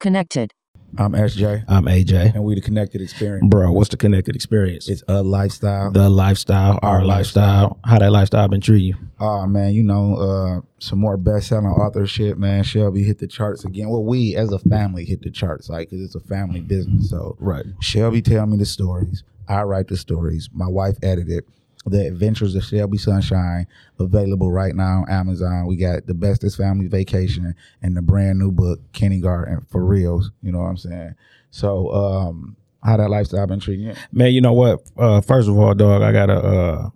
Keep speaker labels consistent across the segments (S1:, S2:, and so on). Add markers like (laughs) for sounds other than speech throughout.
S1: Connected.
S2: I'm SJ,
S3: I'm AJ.
S2: and we the Connected Experience.
S3: Bro, what's the connected experience?
S2: It's a lifestyle.
S3: the lifestyle, our lifestyle. How that lifestyle been treating you?
S2: Ah man, you know, uh, some more best-selling authorship, man. Shelby hit the charts again. Well, we as a family hit the charts, like 'cause it's a family business. So,
S3: Right.
S2: Shelby tell me the stories. I write the stories. My wife edited. The Adventures of Shelby Sunshine available right now on Amazon. We got the bestest family vacation and the brand new book Kindergarten for reals. You know what I'm saying? So, um, how that lifestyle been treating you?
S3: Man, you know what? Uh, first of all, dog, I gotta uh,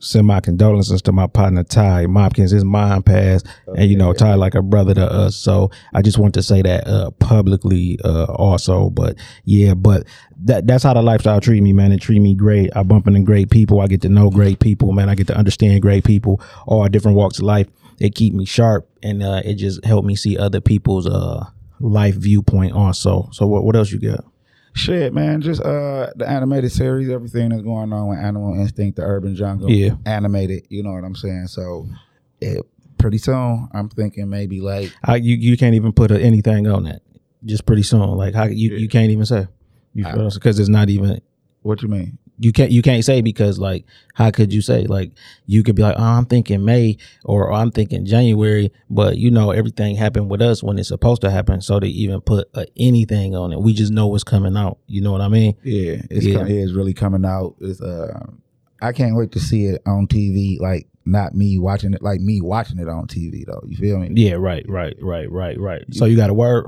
S3: send my condolences to my partner Ty Mopkins. His mom passed, and you know Ty like a brother to us. So I just want to say that uh, publicly, uh, also. But yeah, but that that's how the lifestyle treat me, man. It treat me great. I bump into great people. I get to know great people, man. I get to understand great people, all different walks of life. It keep me sharp, and uh, it just helped me see other people's uh, life viewpoint also. So what what else you got?
S2: Shit, man. Just uh the animated series, everything that's going on with Animal Instinct, the Urban Jungle.
S3: Yeah.
S2: Animated, you know what I'm saying? So it, pretty soon I'm thinking maybe like
S3: I, you you can't even put a, anything on that. Just pretty soon, like how you, you can't even say you because it's not even
S2: what you mean?
S3: you can't you can't say because like how could you say like you could be like oh, I'm thinking May or I'm thinking January, but you know everything happened with us when it's supposed to happen. So to even put uh, anything on it, we just know what's coming out. You know what I mean?
S2: Yeah. It's
S3: Yeah.
S2: yeah. it's really coming out. It's uh I can't wait to see it on TV, like not me watching it like me watching it on TV though. You feel me?
S3: Yeah, right, right, right, right, right. So you got a word.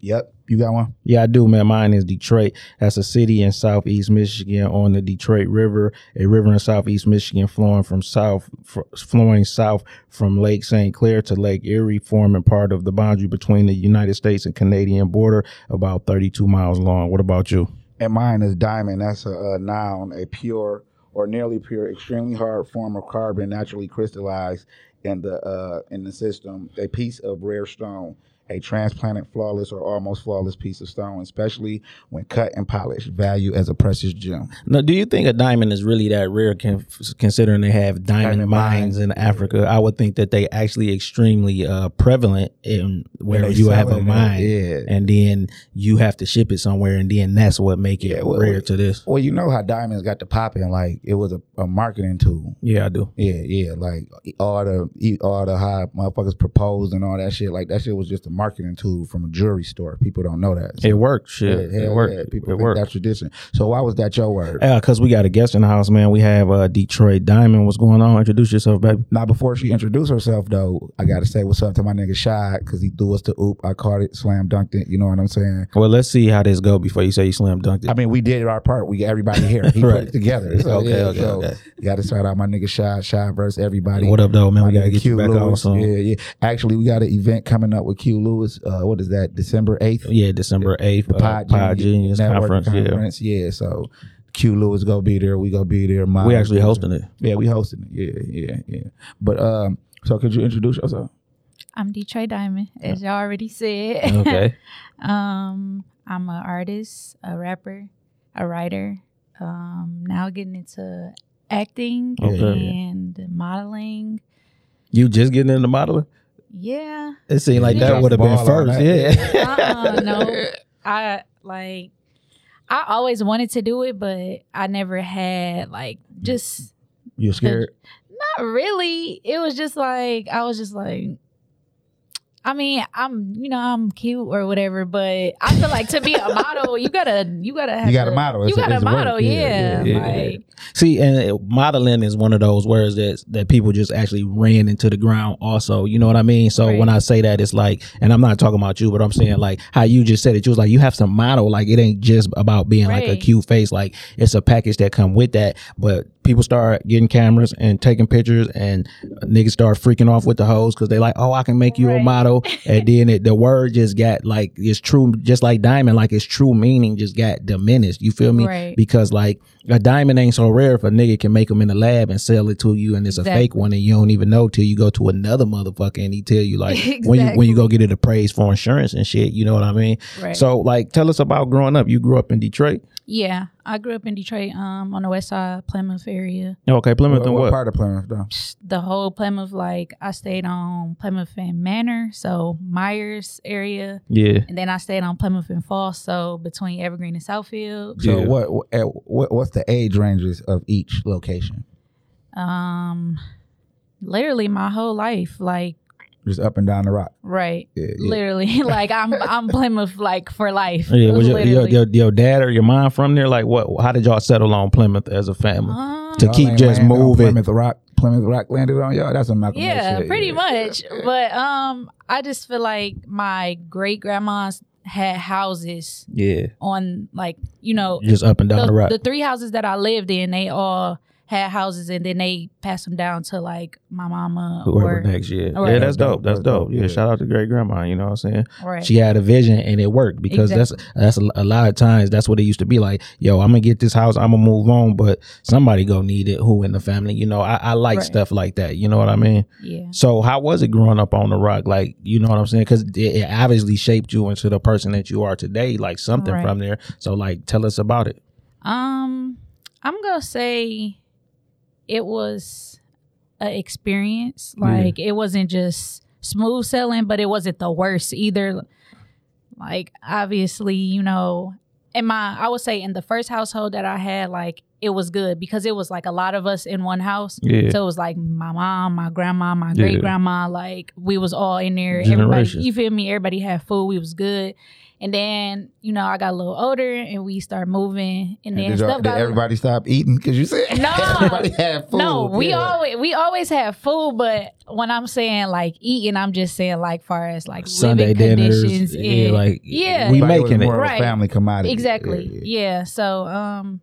S2: Yep. You got one?
S3: Yeah, I do, man. Mine is Detroit. That's a city in southeast Michigan on the Detroit River, a river in southeast Michigan flowing from south, fr- flowing south from Lake St. Clair to Lake Erie, forming part of the boundary between the United States and Canadian border, about 32 miles long. What about you?
S2: and mine is diamond. That's a, a noun, a pure or nearly pure, extremely hard form of carbon naturally crystallized in the uh, in the system. A piece of rare stone, a transplanted, flawless or almost flawless piece of stone, especially when cut and polished. Value as a precious gem.
S3: Now, do you think a diamond is really that rare, con- considering they have diamond,
S2: Diamond
S3: mines
S2: mines.
S3: in Africa? I would think that they actually extremely uh, prevalent in where
S2: they
S3: you
S2: sell
S3: have
S2: it
S3: a
S2: in-
S3: mine,
S2: yeah.
S3: and then you have to ship it somewhere, and then that's what make it
S2: Yeah, well,
S3: rare to this.
S2: Well, you know how diamonds got to popping. Like it was a, a marketing tool.
S3: Yeah, I do.
S2: Yeah, yeah. Like all the e, all the high motherfuckers proposed and all that shit. Like that shit was just a marketing tool from a jewelry store. People don't know that.
S3: It worked. Shit,
S2: Yeah,
S3: it
S2: hell
S3: worked.
S2: yeah. People
S3: It
S2: think
S3: worked.
S2: That's tradition. So why was that your word?
S3: Yeah, because we got a guest in the house, man. We have uh, Detroit Diamond. What's going on? Introduce yourself, baby.
S2: now before she introduced herself though, I gotta say what's up to my nigga Shy because he threw us the oop. I caught it, slam dunked it. You know what I'm saying?
S3: Well, let's see how this go before you say you slam dunked it.
S2: I mean, we did our part. We got everybody here.
S3: (laughs)
S2: He
S3: Right.
S2: put it together. So,
S3: Okay,
S2: yeah,
S3: okay,
S2: so
S3: okay.
S2: Gotta shout out my nigga Shy. Shy versus everybody.
S3: what up, though, man?
S2: My
S3: We gotta
S2: nigga
S3: get
S2: Q
S3: you back on
S2: Lewis.
S3: soon.
S2: Yeah, yeah. Actually, we got an event coming up with Q Lewis. Uh, what is that? December eighth.
S3: Yeah, December eighth,
S2: The
S3: uh,
S2: Pod,
S3: Pod Genius
S2: Network
S3: conference. Yeah,
S2: Yeah. So Q Lewis gonna be there. We gonna be there.
S3: we
S2: Miles
S3: actually
S2: Bridges.
S3: hosting it.
S2: Yeah, we hosting it. Yeah, yeah, yeah. But um, so could you introduce yourself?
S4: I'm Detroit Diamond, as y'all already said.
S3: Okay.
S4: (laughs) um, I'm an artist, a rapper, a writer. Um, now getting into acting
S3: Okay.
S4: and modeling.
S3: You just getting into modeling?
S4: Yeah.
S3: It seemed like
S4: Yeah.
S3: that would have been
S2: Ball on
S3: first.
S2: that.
S3: Yeah.
S2: (laughs)
S4: Uh-uh, no, I like. I always wanted to do it, but I never had like
S2: Mm.
S4: just
S2: You scared?
S4: not really. It was just like I was just like I mean, I'm you know, I'm cute or whatever, but I feel like to be a model, you gotta you gotta have
S2: You got a
S4: to-
S2: model.
S4: You
S2: It's a-
S4: got a
S2: it's a work.
S4: model,
S2: Yeah,
S4: yeah.
S3: yeah, yeah.
S4: Like
S3: See, and it- modeling is one of those words that that people just actually ran into the ground. Also, you know what I mean. So
S4: Right.
S3: when I say that, it's like, and I'm not talking about you, but I'm saying like how you just said it. You was like, you have to model. Like it ain't just about being like a
S4: Right.
S3: cute face. Like it's a package that come with that. But people start getting cameras and taking pictures, and niggas start freaking off with the hoes because they like, oh, I can make you a
S4: Right.
S3: model,
S4: (laughs)
S3: and then it, the word just got like it's true, just like diamond, like its true meaning just got diminished. You feel me?
S4: Right.
S3: Because like a diamond ain't so rare if a nigga can make them in the lab and sell it to you, and it's a
S4: Exactly.
S3: fake one, and you don't even know till you go to another motherfucker and he tell
S4: (laughs)
S3: you like when you when you go get it appraised for insurance and shit. You know what I mean?
S4: Right.
S3: So like, tell us about growing up. You grew up in Detroit.
S4: Yeah, I grew up in Detroit, um, on the west side, Plymouth area.
S3: Okay, Plymouth
S2: What,
S3: and
S2: what
S3: what?
S2: part of Plymouth though?
S4: The whole Plymouth, like I stayed on Plymouth and Manor, so Myers area,
S3: Yeah.
S4: and then I stayed on Plymouth and Falls, so between Evergreen and Southfield.
S2: So
S5: Yeah.
S2: what, what at what what's the age ranges of each location?
S4: Um, literally my whole life, like
S2: Just up and down the rock.
S4: right,
S2: Yeah, yeah.
S4: literally, (laughs) like I'm I'm Plymouth like for life.
S3: Yeah, was your, your,
S4: literally.
S3: your, your dad or your mom from there? Like, what? How did y'all settle on Plymouth as a family
S4: Um,
S3: to
S2: Y'all
S3: keep
S2: ain't
S3: just
S2: land on
S3: moving?
S2: Plymouth Rock, Plymouth Rock landed on y'all. That's some Malcolm X
S4: yeah,
S2: shit,
S4: pretty
S2: yeah.
S4: much. But um, I just feel like my great grandmas had houses
S3: Yeah,
S4: on like you know
S3: just up and down
S4: the,
S3: the rock.
S4: the three houses that I lived in, they all had houses, and then they passed them down to like my mama
S3: Whoever
S4: or
S3: next, yeah,
S4: Right.
S3: yeah,
S2: That's
S3: that's dope.
S2: dope.
S3: That's
S2: That's
S3: dope.
S2: dope,
S3: Yeah,
S2: yeah.
S3: shout out to great grandma. You know what I'm saying?
S4: right.
S3: She had a vision and it worked because that's that's a, a lot of times that's what it used to be like. Yo, I'm gonna get this house. I'm gonna move on, but somebody gonna need it. Who in the family? You know, I, I like
S4: Right.
S3: stuff like that. You know what I mean?
S4: yeah,
S3: So how was it growing up on the rock? Like, you know what I'm saying? Because it, it obviously shaped you into the person that you are today. Like something
S4: Right.
S3: from there. So like, tell us about it.
S4: um, I'm gonna say it was an experience. Like it wasn't just smooth selling, but it wasn't the worst either. Like obviously, you know, in my I would say in the first household that I had, like it was good because it was like a lot of us in one house.
S3: Yeah.
S4: So it was like my mom, my grandma, my
S3: Yeah.
S4: great grandma. Like we was all in there.
S3: Generations.
S4: Everybody, you feel me? Everybody had food. We was good. And then you know I got a little older and we started moving. And, then
S2: Did, y'all,
S4: stuff
S2: did
S4: got
S2: everybody stop eating? Because you said
S4: (laughs)
S2: (laughs)
S4: No.
S2: everybody had food.
S4: no, we
S2: yeah.
S4: always we always have food, but when I'm saying like eating, I'm just saying like far as like
S3: Sunday
S4: living
S3: dinners.
S4: conditions.
S3: Yeah, like
S4: yeah,
S3: we
S2: But it was
S3: making it.
S2: more of a
S4: Right.
S2: family commodity.
S4: exactly.
S2: Yeah, yeah.
S4: Yeah, So, um,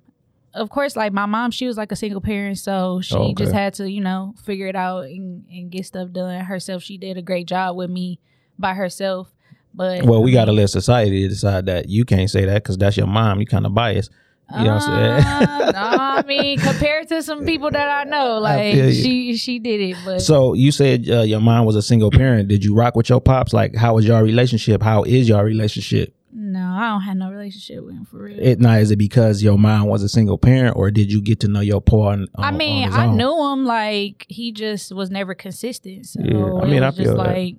S4: of course, like my mom, she was like a single parent, so she
S3: Oh, okay.
S4: just had to, you know, figure it out and, and get stuff done herself. She did a great job with me by herself. But
S3: Well, we gotta let society decide that you can't say that because that's your mom. You kind of biased. You know what I'm saying?
S4: Uh, nah, I mean, compared to some people that I know, like
S3: feel you.
S4: she she did it, but
S3: (laughs) So you said uh, your mom was a single parent. Did you rock with your pops? Like, how was your relationship? How is your relationship?
S4: no, I don't have no relationship with him for real.
S3: It now is it because your mom was a single parent, or did you get to know your pa? On,
S4: I
S3: on-
S4: mean,
S3: on his
S4: I
S3: own?
S4: knew him like he just was never consistent. So
S3: Yeah, I
S4: I
S3: mean,
S4: mean, it was
S3: I feel
S4: just
S3: that.
S4: like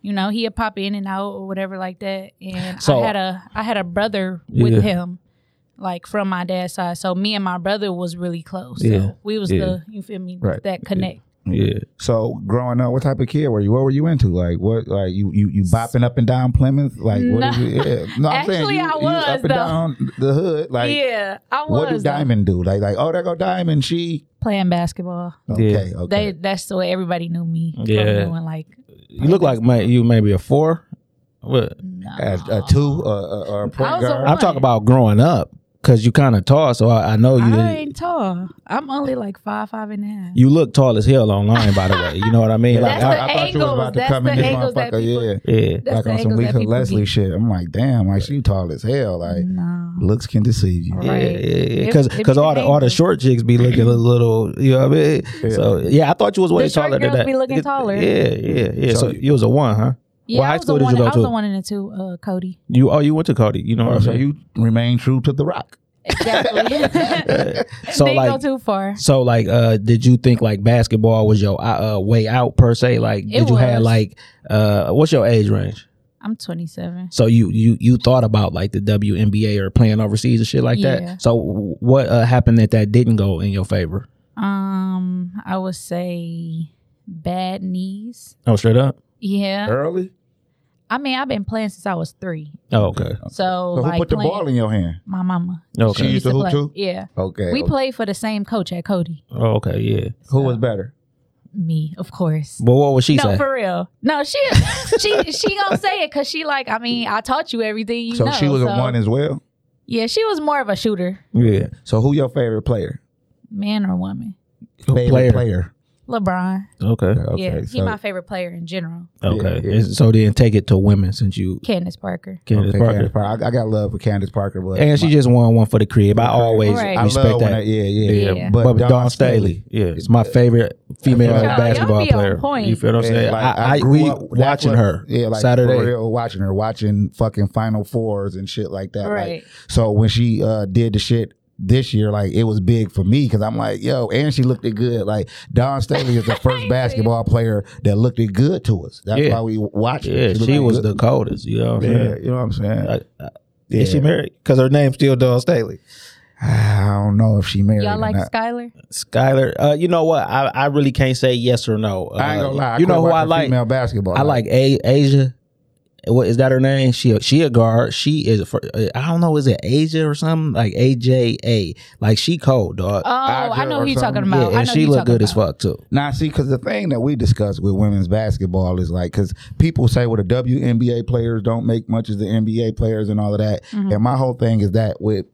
S4: you know he'd pop in and out or whatever like that. And
S3: So-
S4: I had a I had a brother with
S3: Yeah.
S4: him, like from my dad's side. So me and my brother was really close.
S3: Yeah,
S4: So we was
S3: yeah.
S4: the you feel me
S2: Right.
S4: that connect.
S3: Yeah,
S2: So growing up, what type of kid were you? What were you into? Like what? Like you you you bopping up and down Plymouth? Like what is
S4: No. (laughs)
S2: it? Yeah. No, I'm saying
S4: Actually,
S2: you,
S4: I
S2: you
S4: was,
S2: up and
S4: though.
S2: down the hood. Like
S4: yeah, I was
S2: what did
S4: though,
S2: Diamond do? Like like oh there go Diamond. She
S4: playing basketball.
S2: okay okay.
S4: They that's the way everybody knew me. from
S3: Yeah.
S4: doing like
S3: you look like may, you maybe a four. What?
S2: As a two uh, uh, or a
S4: I
S2: point
S4: was a
S2: guard.
S3: I'm talking about growing up because you kind of tall, so I, I know you.
S4: I
S3: didn't
S4: ain't tall. I'm only like five five and a half.
S3: You look tall as hell
S4: (laughs)
S3: online, by the way. You know what I mean?
S4: That's
S2: I,
S4: the
S2: I thought you was
S4: angles.
S2: about to
S4: That's
S2: come in
S4: the
S2: this
S4: angles that people-
S2: motherfucker. Yeah.
S3: yeah.
S4: That's
S2: like
S4: the
S2: on some
S4: angles that
S2: Lisa
S4: people
S2: Leslie
S4: get.
S2: shit. I'm like, damn, like she tall as hell. Like
S4: No.
S2: looks can deceive you.
S4: Right. It-
S3: Because
S4: it be
S3: all the all the
S4: dangerous.
S3: short chicks be looking a little, you know what I mean? So yeah, I thought you was way
S4: The short
S3: taller than
S4: girls
S3: that.
S4: be looking
S3: Yeah,
S4: taller.
S3: Yeah, yeah, yeah.
S2: So
S3: So, you was a one, huh?
S4: Yeah,
S3: What
S4: I
S3: high
S4: was
S3: school
S4: the
S3: did
S4: one,
S3: you go
S4: I was the
S3: to?
S4: one and the two, uh,
S3: (laughs)
S4: Cody.
S3: You oh you went to Cody. You know what
S2: Oh,
S3: I'm
S2: so
S3: saying?
S2: you remain true to the rock.
S4: Exactly.
S3: (laughs) So
S4: Didn't
S3: like
S4: go too far.
S3: so like uh did you think like basketball was your uh, uh, way out per se? Like did
S4: It
S3: you have
S4: was.
S3: like uh what's your age range?
S4: I'm 27.
S3: So you you you thought about like the WNBA or playing overseas and shit like
S4: Yeah.
S3: that. So what uh, happened that that didn't go in your favor?
S4: Um, I would say bad knees.
S3: Oh, straight up.
S4: Yeah.
S2: Early?
S4: I mean, I've been playing since I was three.
S3: Oh, okay.
S4: So,
S2: So who
S4: like
S2: put the
S4: playing-
S2: ball in your hand?
S4: My mama.
S3: Okay.
S2: She used to hoop
S4: play.
S2: too?
S4: Yeah.
S2: Okay.
S4: We
S2: okay.
S4: played for the same coach at Cody.
S3: Oh, okay. Yeah.
S2: Who was better?
S4: Me, of course.
S3: But what would she
S4: no,
S3: say?
S4: for real. No, she she she gonna say it because she like. I mean, I taught you everything you
S2: so
S4: know.
S2: she was a one as well.
S4: yeah, she was more of a shooter.
S3: yeah.
S2: So who your favorite player?
S4: man or woman?
S2: Favorite
S3: Player.
S2: Oh, player.
S4: LeBron.
S3: Okay.
S2: Okay,
S4: yeah, he
S2: so-
S4: my favorite player in general.
S3: Okay.
S2: yeah.
S3: And So then take it to women since you
S4: Candace Parker.
S3: Candace
S2: okay,
S3: Parker.
S2: Candace Parker. I, I got love for Candace Parker, but
S3: And she just won one for the crib. I always
S4: Right.
S2: I
S3: respect
S2: love when
S3: that.
S2: I, yeah, yeah,
S4: Yeah.
S3: But, Dawn, Staley, yeah, it's my favorite female
S4: Y'all- y'all
S3: basketball
S4: be on
S3: player.
S4: point.
S3: You feel what I'm
S2: Yeah,
S3: saying?
S2: like,
S3: I, I,
S2: grew
S3: we
S2: up- that's
S3: watching
S2: what-
S3: her
S2: Yeah, like
S3: Saturday.
S2: For real, watching her, watching fucking Final Fours and shit like that.
S4: Right.
S2: Like, so when she uh, did the shit this year, like it was big for me because I'm like, yo, and she looked it good. Like Don
S4: (laughs)
S2: Staley is the first basketball player that looked it good to us. That's
S3: Yeah.
S2: why we watched. her.
S3: Yeah, she,
S2: looked
S3: was the
S2: good.
S3: coldest. You know what I'm
S2: Yeah,
S3: saying?
S2: you know what I'm saying.
S3: I- I- Is she married? Because her name's still Dawn Staley.
S2: I don't know if she married.
S4: Y'all
S2: or
S4: like
S2: not.
S4: Skylar?
S3: Skylar. Uh, you know what? I, I really can't say yes or no.
S2: I ain't
S3: Uh,
S2: gonna lie.
S3: You know
S2: quit
S3: who I
S2: watching
S3: like?
S2: Female basketball.
S3: I like a- Asia. What is that her name? She a, she a guard. She is. a fir- uh, I don't know. Is it Asia or something like AJA? Like she cold dog.
S4: Oh, I
S2: Audra
S4: know
S2: or
S4: who you talking
S2: something.
S3: yeah,
S4: about. I
S3: and
S4: know
S3: she
S4: who you
S3: look
S4: talking
S3: good as
S4: about.
S3: fuck too.
S2: Now, see, because the thing that we discuss with women's basketball is like, because people say, well, the WNBA players don't make much as the NBA players and all of that. And my whole thing is that with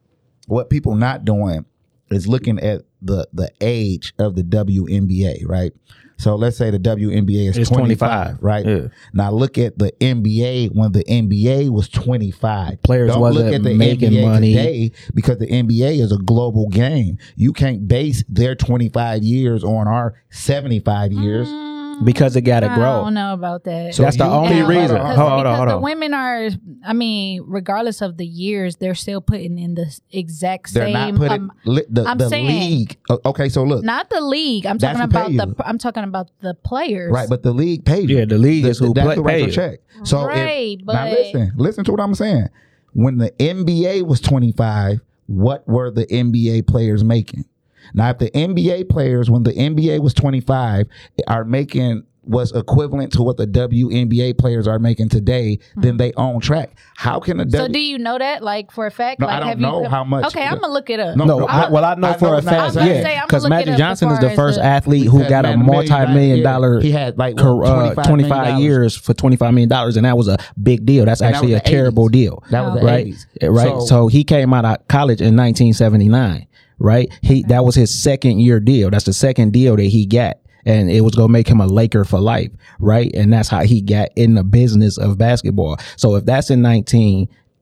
S2: what people not doing is looking at the the age of the WNBA, right? So let's say the WNBA is
S3: It's
S2: 25,
S3: 25,
S2: right?
S3: yeah.
S2: Now look at the NBA when the NBA was 25.
S3: Players
S2: Don't
S3: wasn't
S2: look at the
S3: making
S2: NBA
S3: money.
S2: today because the NBA is a global game. You can't base their 25 years on our 75 years.
S4: Mm,
S3: Because it got to
S4: I
S3: grow.
S4: don't know about that.
S2: So
S3: That's the
S2: you-
S3: only
S2: Yeah, hold on,
S3: reason.
S2: hold
S4: Because,
S3: Hold on, hold on,
S4: because
S3: hold
S4: the
S3: on.
S4: women are, I mean, regardless of the years, they're still putting in the exact
S2: They're
S4: same.
S2: not putting
S4: um,
S2: li- the,
S4: I'm
S2: the
S4: saying-
S2: league. o- Okay, so look,
S4: not the league. I'm
S2: That's
S4: talking
S2: who pay
S4: about the.
S2: you.
S4: I'm talking about the players.
S2: right? But the league paid.
S3: Yeah, the league is who
S2: that's
S3: play-
S2: who writes
S3: pay
S2: your
S3: you.
S2: check. So if-
S4: Right,
S2: now
S4: but-
S2: listen, listen to what I'm saying. When the NBA was 25, what were the NBA players making? Now, if the NBA players, when the NBA was 25, are making was equivalent to what the WNBA players are making today, then they own track. How can a
S4: Mm-hmm. so
S2: W-
S4: do you know that, like for a fact?
S2: No, I
S4: like,
S2: don't
S4: have
S2: know
S4: you,
S2: how much-
S4: Okay, I'm gonna look it up.
S2: No,
S3: No,
S2: no,
S3: I, well, I know
S2: I
S3: for
S2: know
S3: a
S2: it's not
S3: fact,
S2: the same.
S3: yeah,
S4: I'm
S3: because
S4: gonna look it
S3: Magic
S4: up
S3: Johnson
S4: as
S3: is the
S4: far as
S3: first
S4: the-
S3: athlete who
S2: Because
S3: got a
S2: Madden Million
S3: multi-million
S2: last
S3: million
S2: year,
S3: dollar
S2: He had like
S3: cor-
S2: what,
S3: uh,
S2: 25,
S3: 25 years for 25 million dollars and that was a big deal that's
S2: And that
S3: actually
S2: was
S3: a
S2: the
S3: terrible
S2: 80s.
S3: deal
S2: That was the
S3: right Eh,
S2: 80s.
S3: right so,
S2: So-
S3: he came out of college in 1979 right he that was his second year deal that's the second deal that he got and it was gonna make him a Laker for life, right? And that's how he got in the business of basketball. So if that's in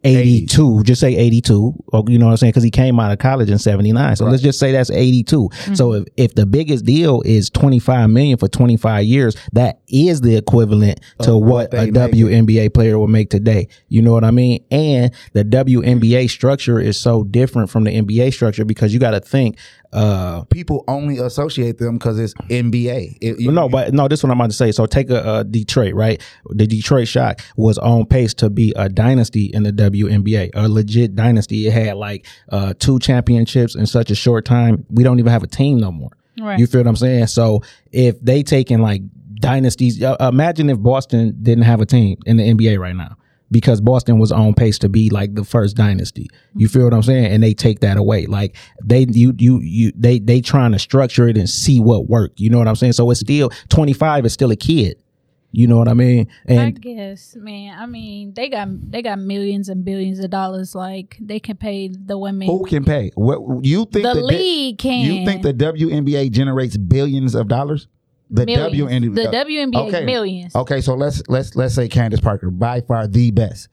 S3: 1982, just say 82, or you know what I'm saying? Because he came out of college in 79. So let's just say that's 82.
S2: Mm-hmm.
S3: So if, if the biggest deal is 25 million for 25 years, that is the equivalent to what, a
S2: they make.
S3: WNBA player would make today. You know what I mean? And the WNBA structure is so different from the NBA structure because you got to think, uh,
S2: People only associate them because it's NBA. It- you-
S3: no, but no, this is what I'm about to say. So take a, uh Detroit, right? The Detroit Shock was on pace to be a dynasty in the WNBA, a legit dynasty. It had like uh, two championships in such a short time. We don't even have a team no more.
S4: Right.
S3: You feel what I'm saying? So if they taking like dynasties, uh, imagine if Boston didn't have a team in the NBA right now because Boston was on pace to be like the first dynasty. You
S4: Mm-hmm.
S3: feel what I'm saying? And they take that away. Like they you you you they they trying to structure it and see what work. You know what I'm saying? So it's still 25 is still a kid. You know what I mean?
S4: I
S3: And
S4: guess, man. I mean, they got they got millions and billions of dollars. Like they can pay the women.
S2: who can pay? What you think?
S4: the
S2: that they-
S4: league can.
S2: You think the WNBA generates billions of dollars? The
S4: Millions.
S2: WNBA.
S4: The WNBA is millions.
S2: Okay, so let's let's let's say Candace Parker, by far the best,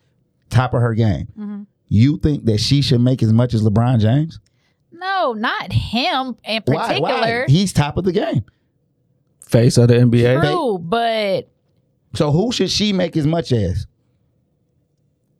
S2: top of her game.
S4: Mm-hmm.
S2: You think that she should make as much as LeBron James?
S4: No, not him in
S2: Why?
S4: particular.
S2: Why? He's top of the game.
S3: face of the NBA.
S4: True, but
S2: So who should she make as much as?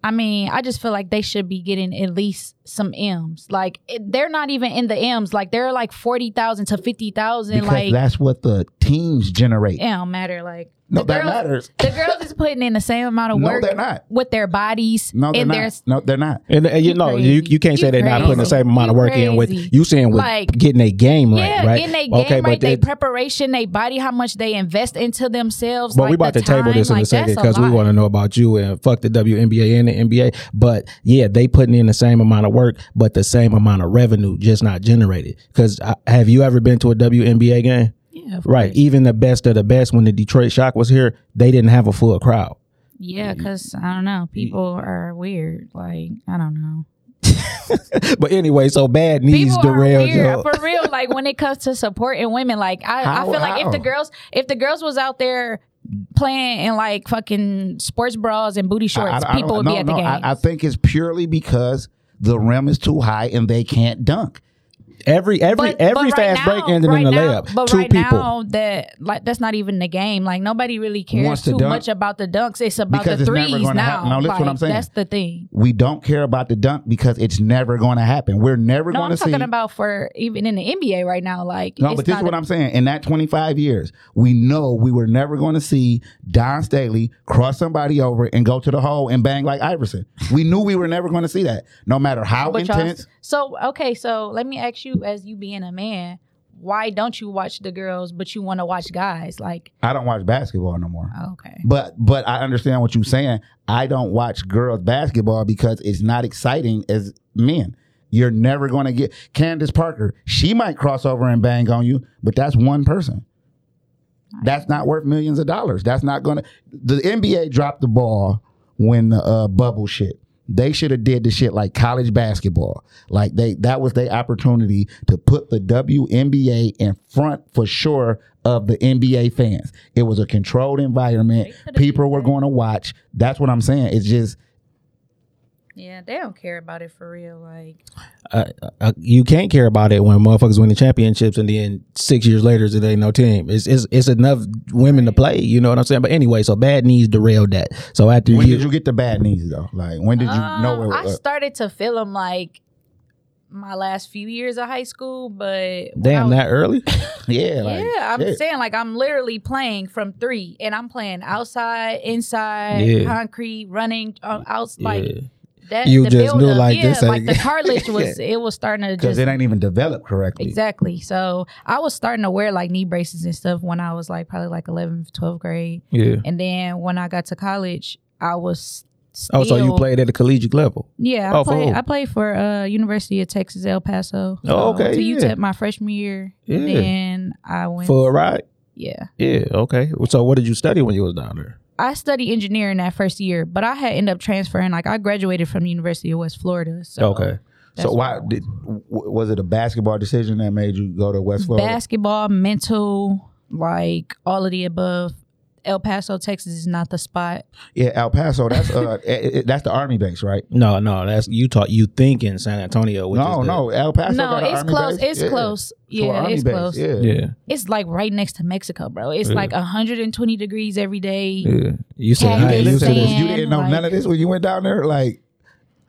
S4: I mean, I just feel like they should be getting at least some M's. Like it, they're not even in the M's. Like they're like forty thousand to fifty thousand.
S2: Because
S4: Like it
S2: that's what the teams generate.
S4: don't matter. Like
S2: No,
S4: the
S2: that
S4: girls-
S2: matters.
S4: The girls is putting in the same amount of
S2: No,
S4: work.
S2: they're not.
S4: with their bodies.
S2: No, they're
S4: and their
S2: not. No, they're not.
S3: And, and you
S4: You
S3: know,
S4: crazy.
S3: you, you can't say
S4: You
S3: they're not putting the
S4: crazy.
S3: same amount of
S4: You
S3: work in with
S4: crazy.
S3: you saying with
S4: Like-
S3: getting a game right,
S4: yeah,
S3: right?
S4: in they game right, they
S3: but it-
S4: preparation, they body, how much they invest into themselves.
S3: But
S4: like
S3: we about
S4: the
S3: to table
S4: time,
S3: this in
S4: like,
S3: a second
S4: that's
S3: because we
S4: lot.
S3: want to know about you and fuck the WNBA and the NBA. But yeah, they putting in the same amount of work, but the same amount of revenue just not generated. Because have you ever been to a WNBA game?
S4: Yeah, of
S3: Right. Even the best of the best, when the Detroit Shock was here, they didn't have a full crowd. (laughs)
S4: Yeah, because I don't know. People are weird. Like, I don't know.
S3: but anyway, so bad knees
S4: People are
S3: derailed
S4: weird
S3: your.
S4: for real. Like when it comes to supporting women, like I, I
S3: How-
S4: feel like if the
S3: how?
S4: girls, if the girls was out there playing in like fucking sports bras and booty
S2: I- I-
S4: shorts,
S2: I
S4: people would be
S2: don't- no,
S4: at the
S2: no,
S4: game.
S2: I, I think it's purely because the rim is too high and they can't dunk.
S3: Every every
S4: But-
S3: every
S4: but right
S3: fast break
S4: now-
S3: ended
S4: right
S3: in a
S4: now-
S3: layup.
S4: But
S3: Two
S4: right
S3: people.
S4: now, that like that's not even the game. Like nobody really cares
S2: Wants to
S4: too
S2: dunk?
S4: much about the dunks. It's about
S2: Because
S4: the
S2: it's never
S4: threes
S2: gonna
S4: now.
S2: happen. No, listen to what
S4: Like,
S2: I'm saying.
S4: That's the thing.
S2: We don't care about the dunk because it's never going to happen. We're never
S4: No,
S2: going
S4: I'm
S2: to see.
S4: talking about for even in the NBA right now. Like
S2: No,
S4: it's
S2: but this
S4: not
S2: is what
S4: a-
S2: I'm saying. In that 25 years, we know we were never going to see Don Staley cross somebody over and go to the hole and bang like Iverson. We knew we were never going to see that, no matter how
S4: But y'all-
S2: intense.
S4: so okay, so let me ask you, as you being a man, why don't you watch the girls, but you want to watch guys? Like
S2: I don't watch basketball no more.
S4: okay,
S2: But but I understand what you're saying. I don't watch girls basketball because it's not exciting as men. You're never going to get Candace Parker. She might cross over and bang on you, but that's one person. That's not worth millions of dollars. That's not going to. The NBA dropped the ball when the uh, bubble shit. They should have did the shit like college basketball. Like they that was their opportunity to put the WNBA in front for sure of the NBA fans. It was a controlled environment. People were going to watch. That's what I'm saying. It's just
S4: yeah, they don't care about it for real. Like
S3: Uh, uh, you can't care about it when motherfuckers win the championships and then six years later it ain't no team. It's it's, it's enough women to play. You know what I'm saying? But anyway, so bad knees derailed that. So after
S2: when
S3: you,
S2: did you get the bad knees though? Like when did you know it? uh,
S4: Um, I
S2: Was,
S4: started to feel them like my last few years of high school, but when I
S3: damn
S4: was-
S3: that
S4: (laughs)
S3: early.
S2: yeah, like,
S4: yeah, I'm
S2: shit.
S4: saying like I'm literally playing from three, and I'm playing outside, inside,
S3: Yeah.
S4: concrete, running um, out like
S3: Yeah.
S4: that.
S3: You
S4: the
S3: just knew,
S4: buildup,
S3: like,
S4: yeah,
S3: this
S4: like
S3: ain't- (laughs)
S4: the cartilage was it was starting to
S2: because
S4: just
S2: it ain't even developed
S4: (laughs)
S2: correctly.
S4: exactly. So I was starting to wear like knee braces and stuff when I was like probably like 11th, 12th grade,
S3: Yeah.
S4: and then when I got to college, I was. Still,
S3: Oh, so you played at a collegiate level?
S4: Yeah,
S3: Oh,
S4: I
S3: for
S4: played.
S3: who?
S4: I played for uh, University of Texas El Paso.
S3: Oh,
S4: uh,
S3: okay,
S4: to
S3: yeah.
S4: UTEP my freshman year.
S3: Yeah.
S4: Then I went.
S3: For a ride?
S4: yeah,
S3: Yeah. Okay. So what did you study when you was down there?
S4: I studied engineering that first year, but I had ended up transferring. Like I graduated from the University of West Florida. So
S3: okay.
S2: So
S4: that's
S2: why
S4: why-
S2: did w- was it a basketball decision that made you go to West Florida?
S4: Basketball, mental, like all of the above. El Paso, Texas is not the spot.
S2: yeah, El Paso. That's uh,
S3: (laughs)
S2: eh, eh, that's the army base, right?
S3: No, no, that's Utah. You think in San Antonio? Which
S2: no,
S3: is the-
S2: no, El Paso.
S4: no,
S2: got an
S4: it's
S2: army
S4: close.
S2: base?
S4: It's
S2: Yeah.
S4: close.
S2: To an
S4: Yeah,
S2: army
S4: it's
S2: base,
S4: close.
S2: Yeah.
S3: Yeah,
S4: It's like right next to Mexico, bro. It's
S3: Yeah.
S4: like 120 degrees every day.
S3: yeah. You said
S4: Cactus
S3: I ain't used to
S2: Listen,
S3: this.
S4: sand.
S2: you didn't know none of
S4: like-
S2: this when you went down there. Like,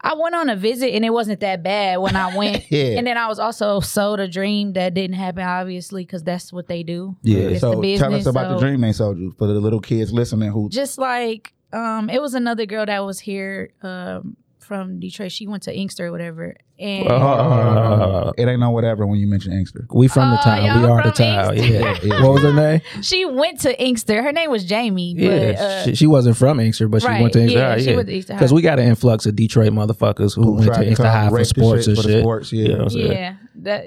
S4: I went on a visit and it wasn't that bad when I went.
S3: (laughs)
S2: Yeah.
S4: And then I was also sold a dream that didn't happen, obviously, because that's what they do.
S3: Yeah.
S4: It's
S2: so
S4: the business.
S2: tell us about the
S4: so
S2: dream they sold you for the little kids listening. Who?
S4: Just like um, it was another girl that was here um, from Detroit. She went to Inkster or whatever. And
S3: Uh,
S2: Uh-huh.
S3: hold on, hold on, hold on, hold on.
S2: (laughs) it ain't no whatever when you mention Inkster.
S3: We from the
S4: Oh,
S3: town. We
S4: y'all
S3: are the
S4: from
S3: town.
S4: Inkster.
S3: Yeah. yeah. What was her name?
S4: she went to Inkster. Her name was Jamie.
S3: Yeah,
S4: But, uh,
S3: she, she wasn't from Inkster, but she
S4: right,
S3: went to Inkster
S4: yeah,
S3: High.
S4: she
S3: Yeah,
S4: went to Inkster High.
S3: because we got an influx of Detroit motherfuckers who,
S2: Who
S3: went
S2: tried
S3: to
S2: to
S3: Inkster
S2: come
S3: High for
S2: rape the
S3: sports
S2: shit
S3: and
S2: for the
S3: shit.
S2: sports, yeah.
S3: You know what I'm saying?
S4: yeah. That,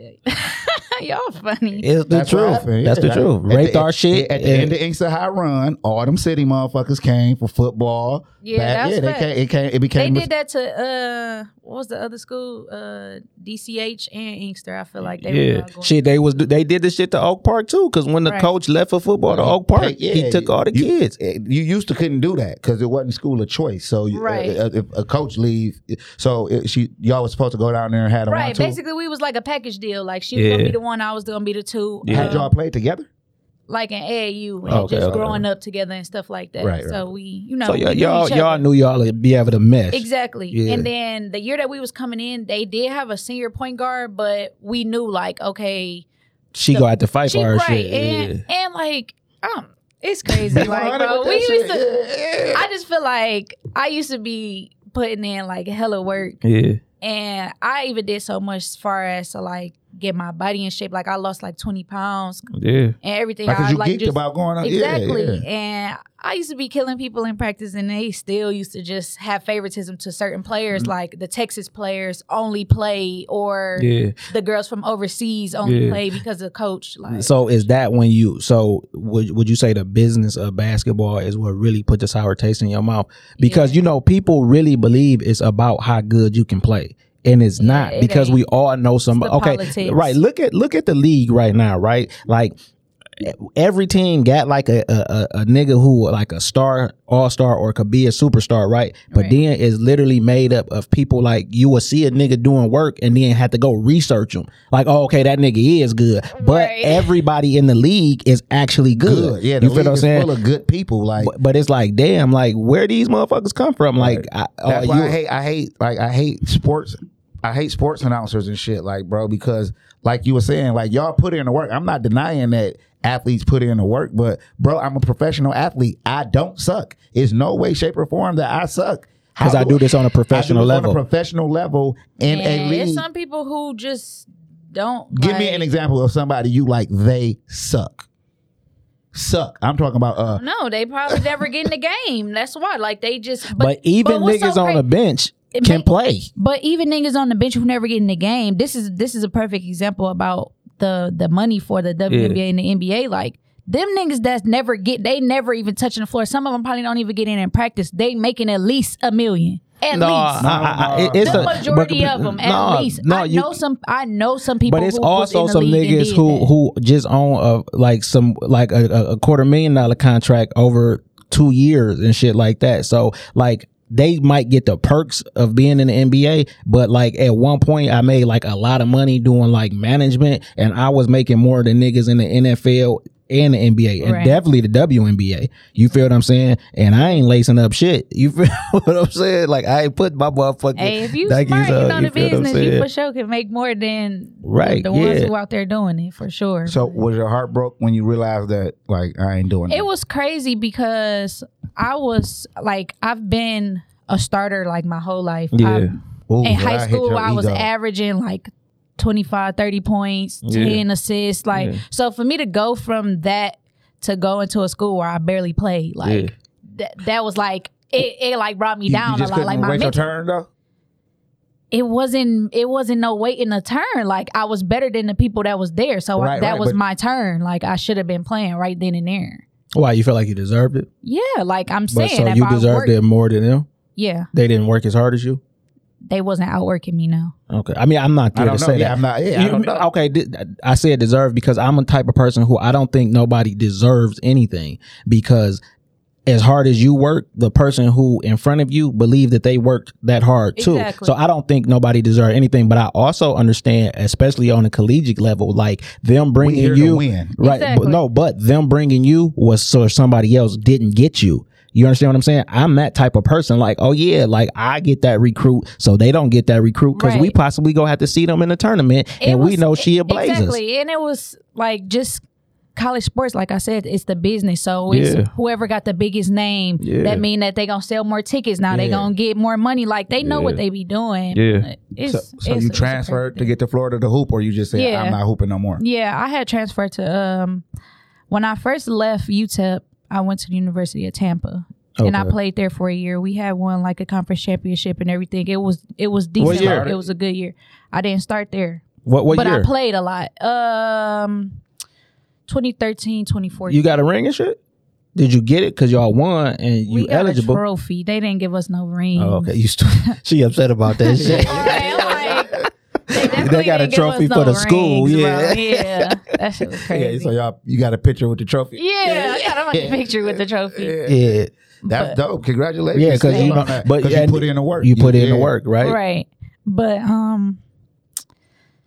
S4: (laughs) y'all funny.
S3: It's the
S2: That's what
S3: truth.
S2: happened, yeah.
S3: That's the
S2: Like,
S3: truth.
S2: at the-
S3: Raped our
S2: at-
S3: shit.
S2: At the
S3: and-
S2: end of Inkster High Run, all them city motherfuckers came for football.
S4: Yeah, that's
S2: they
S4: facts.
S2: came, it came. It
S4: they
S2: became.
S4: did that to uh what was the other school uh DCH and Inkster I feel like they were
S3: yeah,
S4: all going
S3: shit. They was they did this shit to Oak Park too. Because when the
S4: Right.
S3: coach left for football to Oak Park,
S2: Yeah,
S3: he took all the
S2: you- eh,
S3: kids.
S2: You used to couldn't do that because it wasn't school of choice. So you-
S4: Right.
S2: uh, if a coach leave, so it, she y'all was supposed to go down there and had a
S4: Right.
S2: one two.
S4: Basically, we was like a package deal. Like she was gonna
S3: Yeah.
S4: be the one, I was gonna be the two.
S2: Had
S4: um,
S2: y'all played together?
S4: like an AAU and
S3: Okay,
S4: just
S3: okay.
S4: growing up together and stuff like that.
S2: Right,
S4: so we, you know,
S3: So
S4: we
S3: y'all
S4: knew
S3: y'all,
S4: each other.
S3: y'all knew y'all would be able to mesh.
S4: exactly.
S3: Yeah.
S4: And then the year that we was coming in, they did have a senior point guard, but we knew like okay,
S3: She go out to fight
S4: she
S3: for her
S4: right
S3: shit.
S4: and
S3: yeah.
S4: and like um, it's
S2: (laughs)
S4: crazy. like bro, we used to. I just feel like I used to be putting in like hella work
S3: Yeah.
S4: and I even did so much as far as to like get my body in shape. Like I lost like twenty pounds
S3: Yeah.
S4: and everything.
S2: Because
S4: I
S2: you
S4: like
S2: geeked
S4: just,
S2: about going on.
S4: exactly.
S2: Yeah, yeah.
S4: And I used to be killing people in practice, and they still used to just have favoritism to certain players,
S2: Mm.
S4: like the Texas players only play, or
S3: Yeah.
S4: the girls from overseas only
S3: Yeah.
S4: play because of coach. Like
S3: So is that when you so would would you say the business of basketball is what really put the sour taste in your mouth? Because you know, people really believe it's about how good you can play. and it's not
S4: it
S3: because
S4: ain't.
S3: we all know somebody.
S4: the
S3: Okay,
S4: politics.
S3: right. Look at look at the league right now. Right, like every team got like a a, a, a nigga who like a star, all star, or could be a superstar. Right, but
S4: Right.
S3: then it's literally made up of people like you will see a nigga doing work and then have to go research him. Like, oh, okay, that nigga is good, but
S4: Right. (laughs)
S3: everybody in the league is actually good.
S2: Yeah, the
S3: you
S2: league
S3: feel what I'm
S2: is
S3: saying?
S2: full of good people. Like
S3: but, but it's like, damn, like where these motherfuckers come from? Like, I, oh,
S2: That's why
S3: you-
S2: I hate I hate like I hate sports I hate sports announcers and shit like bro because like you were saying like y'all put in the work. I'm not denying that athletes put in the work, but bro, I'm a professional athlete. I don't suck. It's no way shape or form that I suck. How
S3: 'Cause I do this on a
S2: I do
S3: professional
S2: this
S3: level.
S2: On a professional level in a
S4: And it's
S2: league.
S4: some people who just don't.
S2: Give
S4: like,
S2: me an example of somebody you like they suck. Suck. I'm talking about uh
S4: No, they probably never get in the game. That's why. Like they just.
S3: but, even
S4: what's
S3: niggas
S4: so
S3: on
S4: cra-
S3: the bench
S4: It
S3: can
S4: may-
S3: play.
S4: But even niggas on the bench who never get in the game, this is this is a perfect example about the the money for the WNBA and the NBA. Like them niggas that's never get, they never even touching the floor. Some of them probably don't even get in and practice. They making at least a million. At least.
S3: I- I- it- it's
S4: the
S3: a-
S4: majority
S3: but-
S4: of them, at
S3: no,
S4: least.
S3: no,
S4: I
S3: you-
S4: know some. I know some people.
S3: But it's
S4: who was in
S3: also
S4: the
S3: some
S4: league and
S3: niggas
S4: did
S3: who
S4: that.
S3: who just own a like some like a, a- a quarter million dollar contract over two years and shit like that. So like they might get the perks of being in the NBA, but like at one point I made like a lot of money doing like management and I was making more than niggas in the NFL and the NBA and
S4: Right.
S3: definitely the WNBA. You feel what I'm saying? And I ain't lacing up shit. You (laughs) feel what I'm saying? Like I ain't put my motherfucking
S4: Hey, if you
S3: Nikes
S4: smart, you
S3: up,
S4: know the
S3: feel what I'm
S4: business, you
S3: saying?
S4: for sure can make more than
S3: Right,
S4: the ones
S3: yeah.
S4: who out there doing it for sure.
S2: so
S4: But-
S2: was your heart broke when you realized that like I ain't doing
S4: It was crazy because I was like, I've been a starter like my whole life.
S3: Yeah.
S4: I've-
S2: Ooh,
S4: in
S2: did I
S4: high
S2: hit
S4: school,
S2: your
S4: I was
S2: ego?
S4: averaging like 25, 30 points, 10 assists. Like, so for me to go from that to go into a school where I barely played, like, that, that was like, it, it like brought me
S2: You-
S4: down
S2: you
S4: a
S2: just
S4: lot.
S2: couldn't
S4: Like my
S2: wait your
S4: mental,
S2: turn though?
S4: it wasn't it wasn't no wait in a turn. Like I was better than the people that was there, so I-
S2: Right,
S4: that
S2: right,
S4: was
S2: but-
S4: my turn. Like I should have been playing right then and there.
S3: Why you feel like you deserved it?
S4: Yeah, like I'm
S3: But
S4: saying,
S3: so
S4: if
S3: you
S4: I
S3: deserved
S4: worked-
S3: it more than them.
S4: Yeah,
S3: They didn't work as hard as you.
S4: they wasn't outworking me. No,
S3: Okay, I mean I'm not
S2: I
S3: there to
S2: don't know.
S3: say
S2: Yeah,
S3: that.
S2: I'm not. Yeah, I
S3: You-
S2: don't know.
S3: Okay, di- I said deserve because I'm a type of person who I don't think nobody deserves anything because as hard as you work, the person who in front of you believe that they worked that hard too.
S4: Exactly.
S3: So I don't think nobody deserves anything, but I also understand, especially on a collegiate level, like them
S2: We
S3: bringing
S2: here
S3: you
S2: to win.
S3: Right.
S4: Exactly.
S3: But no, but them bringing you was so somebody else didn't get you. You understand what I'm saying? I'm that type of person. Like, oh yeah, like I get that recruit, so they don't get that recruit because we
S4: Right.
S3: possibly gonna have to see them in the tournament,
S4: It
S3: and we
S4: was-
S3: know she a Blazers.
S4: Exactly, and it was like just college sports. Like I said, it's the business, so it's
S3: Yeah.
S4: whoever got the biggest name. That mean that they gonna sell more tickets now. They
S3: Yeah.
S4: gonna get more money. Like they know what they be doing.
S3: Yeah.
S4: it's,
S2: So,
S4: it's-
S2: so you
S4: it's a crazy
S2: transferred to
S4: thing.
S2: get to Florida to hoop, or you just said
S4: Yeah.
S2: I'm not hooping no more?
S4: Yeah, I had transferred to um when I first left UTEP, I went to the University of Tampa. And I
S3: Okay.
S4: played there for a year. We had won like a conference championship and everything. It was it was decent.
S3: year?
S4: Like, it was a good year. I didn't start there,
S3: What what
S4: but
S3: year?
S4: I played a lot. Um 2013, 2014.
S3: you got a ring and shit? Did you get it? Cause y'all won and
S4: we
S3: you
S4: got
S3: eligible.
S4: a trophy. They didn't give us no ring.
S3: Oh, okay. You still,
S4: (laughs)
S3: (laughs) she upset about that shit.
S4: they
S3: got a trophy for the school, yeah.
S4: yeah, that
S3: (laughs)
S4: shit was crazy.
S2: Yeah. So y'all, you got a picture with the trophy.
S4: Yeah, I got a picture with the trophy.
S3: yeah.
S2: That's dope. Congratulations.
S3: Yeah, because you know, but
S2: 'Cause you
S3: and
S2: put in the work.
S3: You put in the
S2: yeah.
S3: work, right?
S4: Right. But um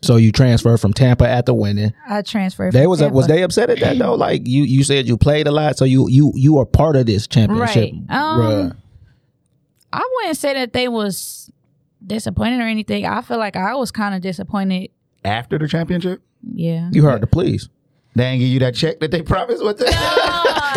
S3: So you transfer from Tampa after winning.
S4: I transferred.
S3: They
S4: from
S3: was
S4: Tampa.
S3: was they upset at that though? Like you you said you played a lot, so you you you are part of this championship.
S4: Right. Um,
S3: bruh.
S4: I wouldn't say that they was disappointed or anything. I feel like I was kind of disappointed.
S2: After the championship,
S3: (laughs)
S4: Yeah.
S3: You heard the please.
S2: they ain't give you that check that they (laughs) promised with the.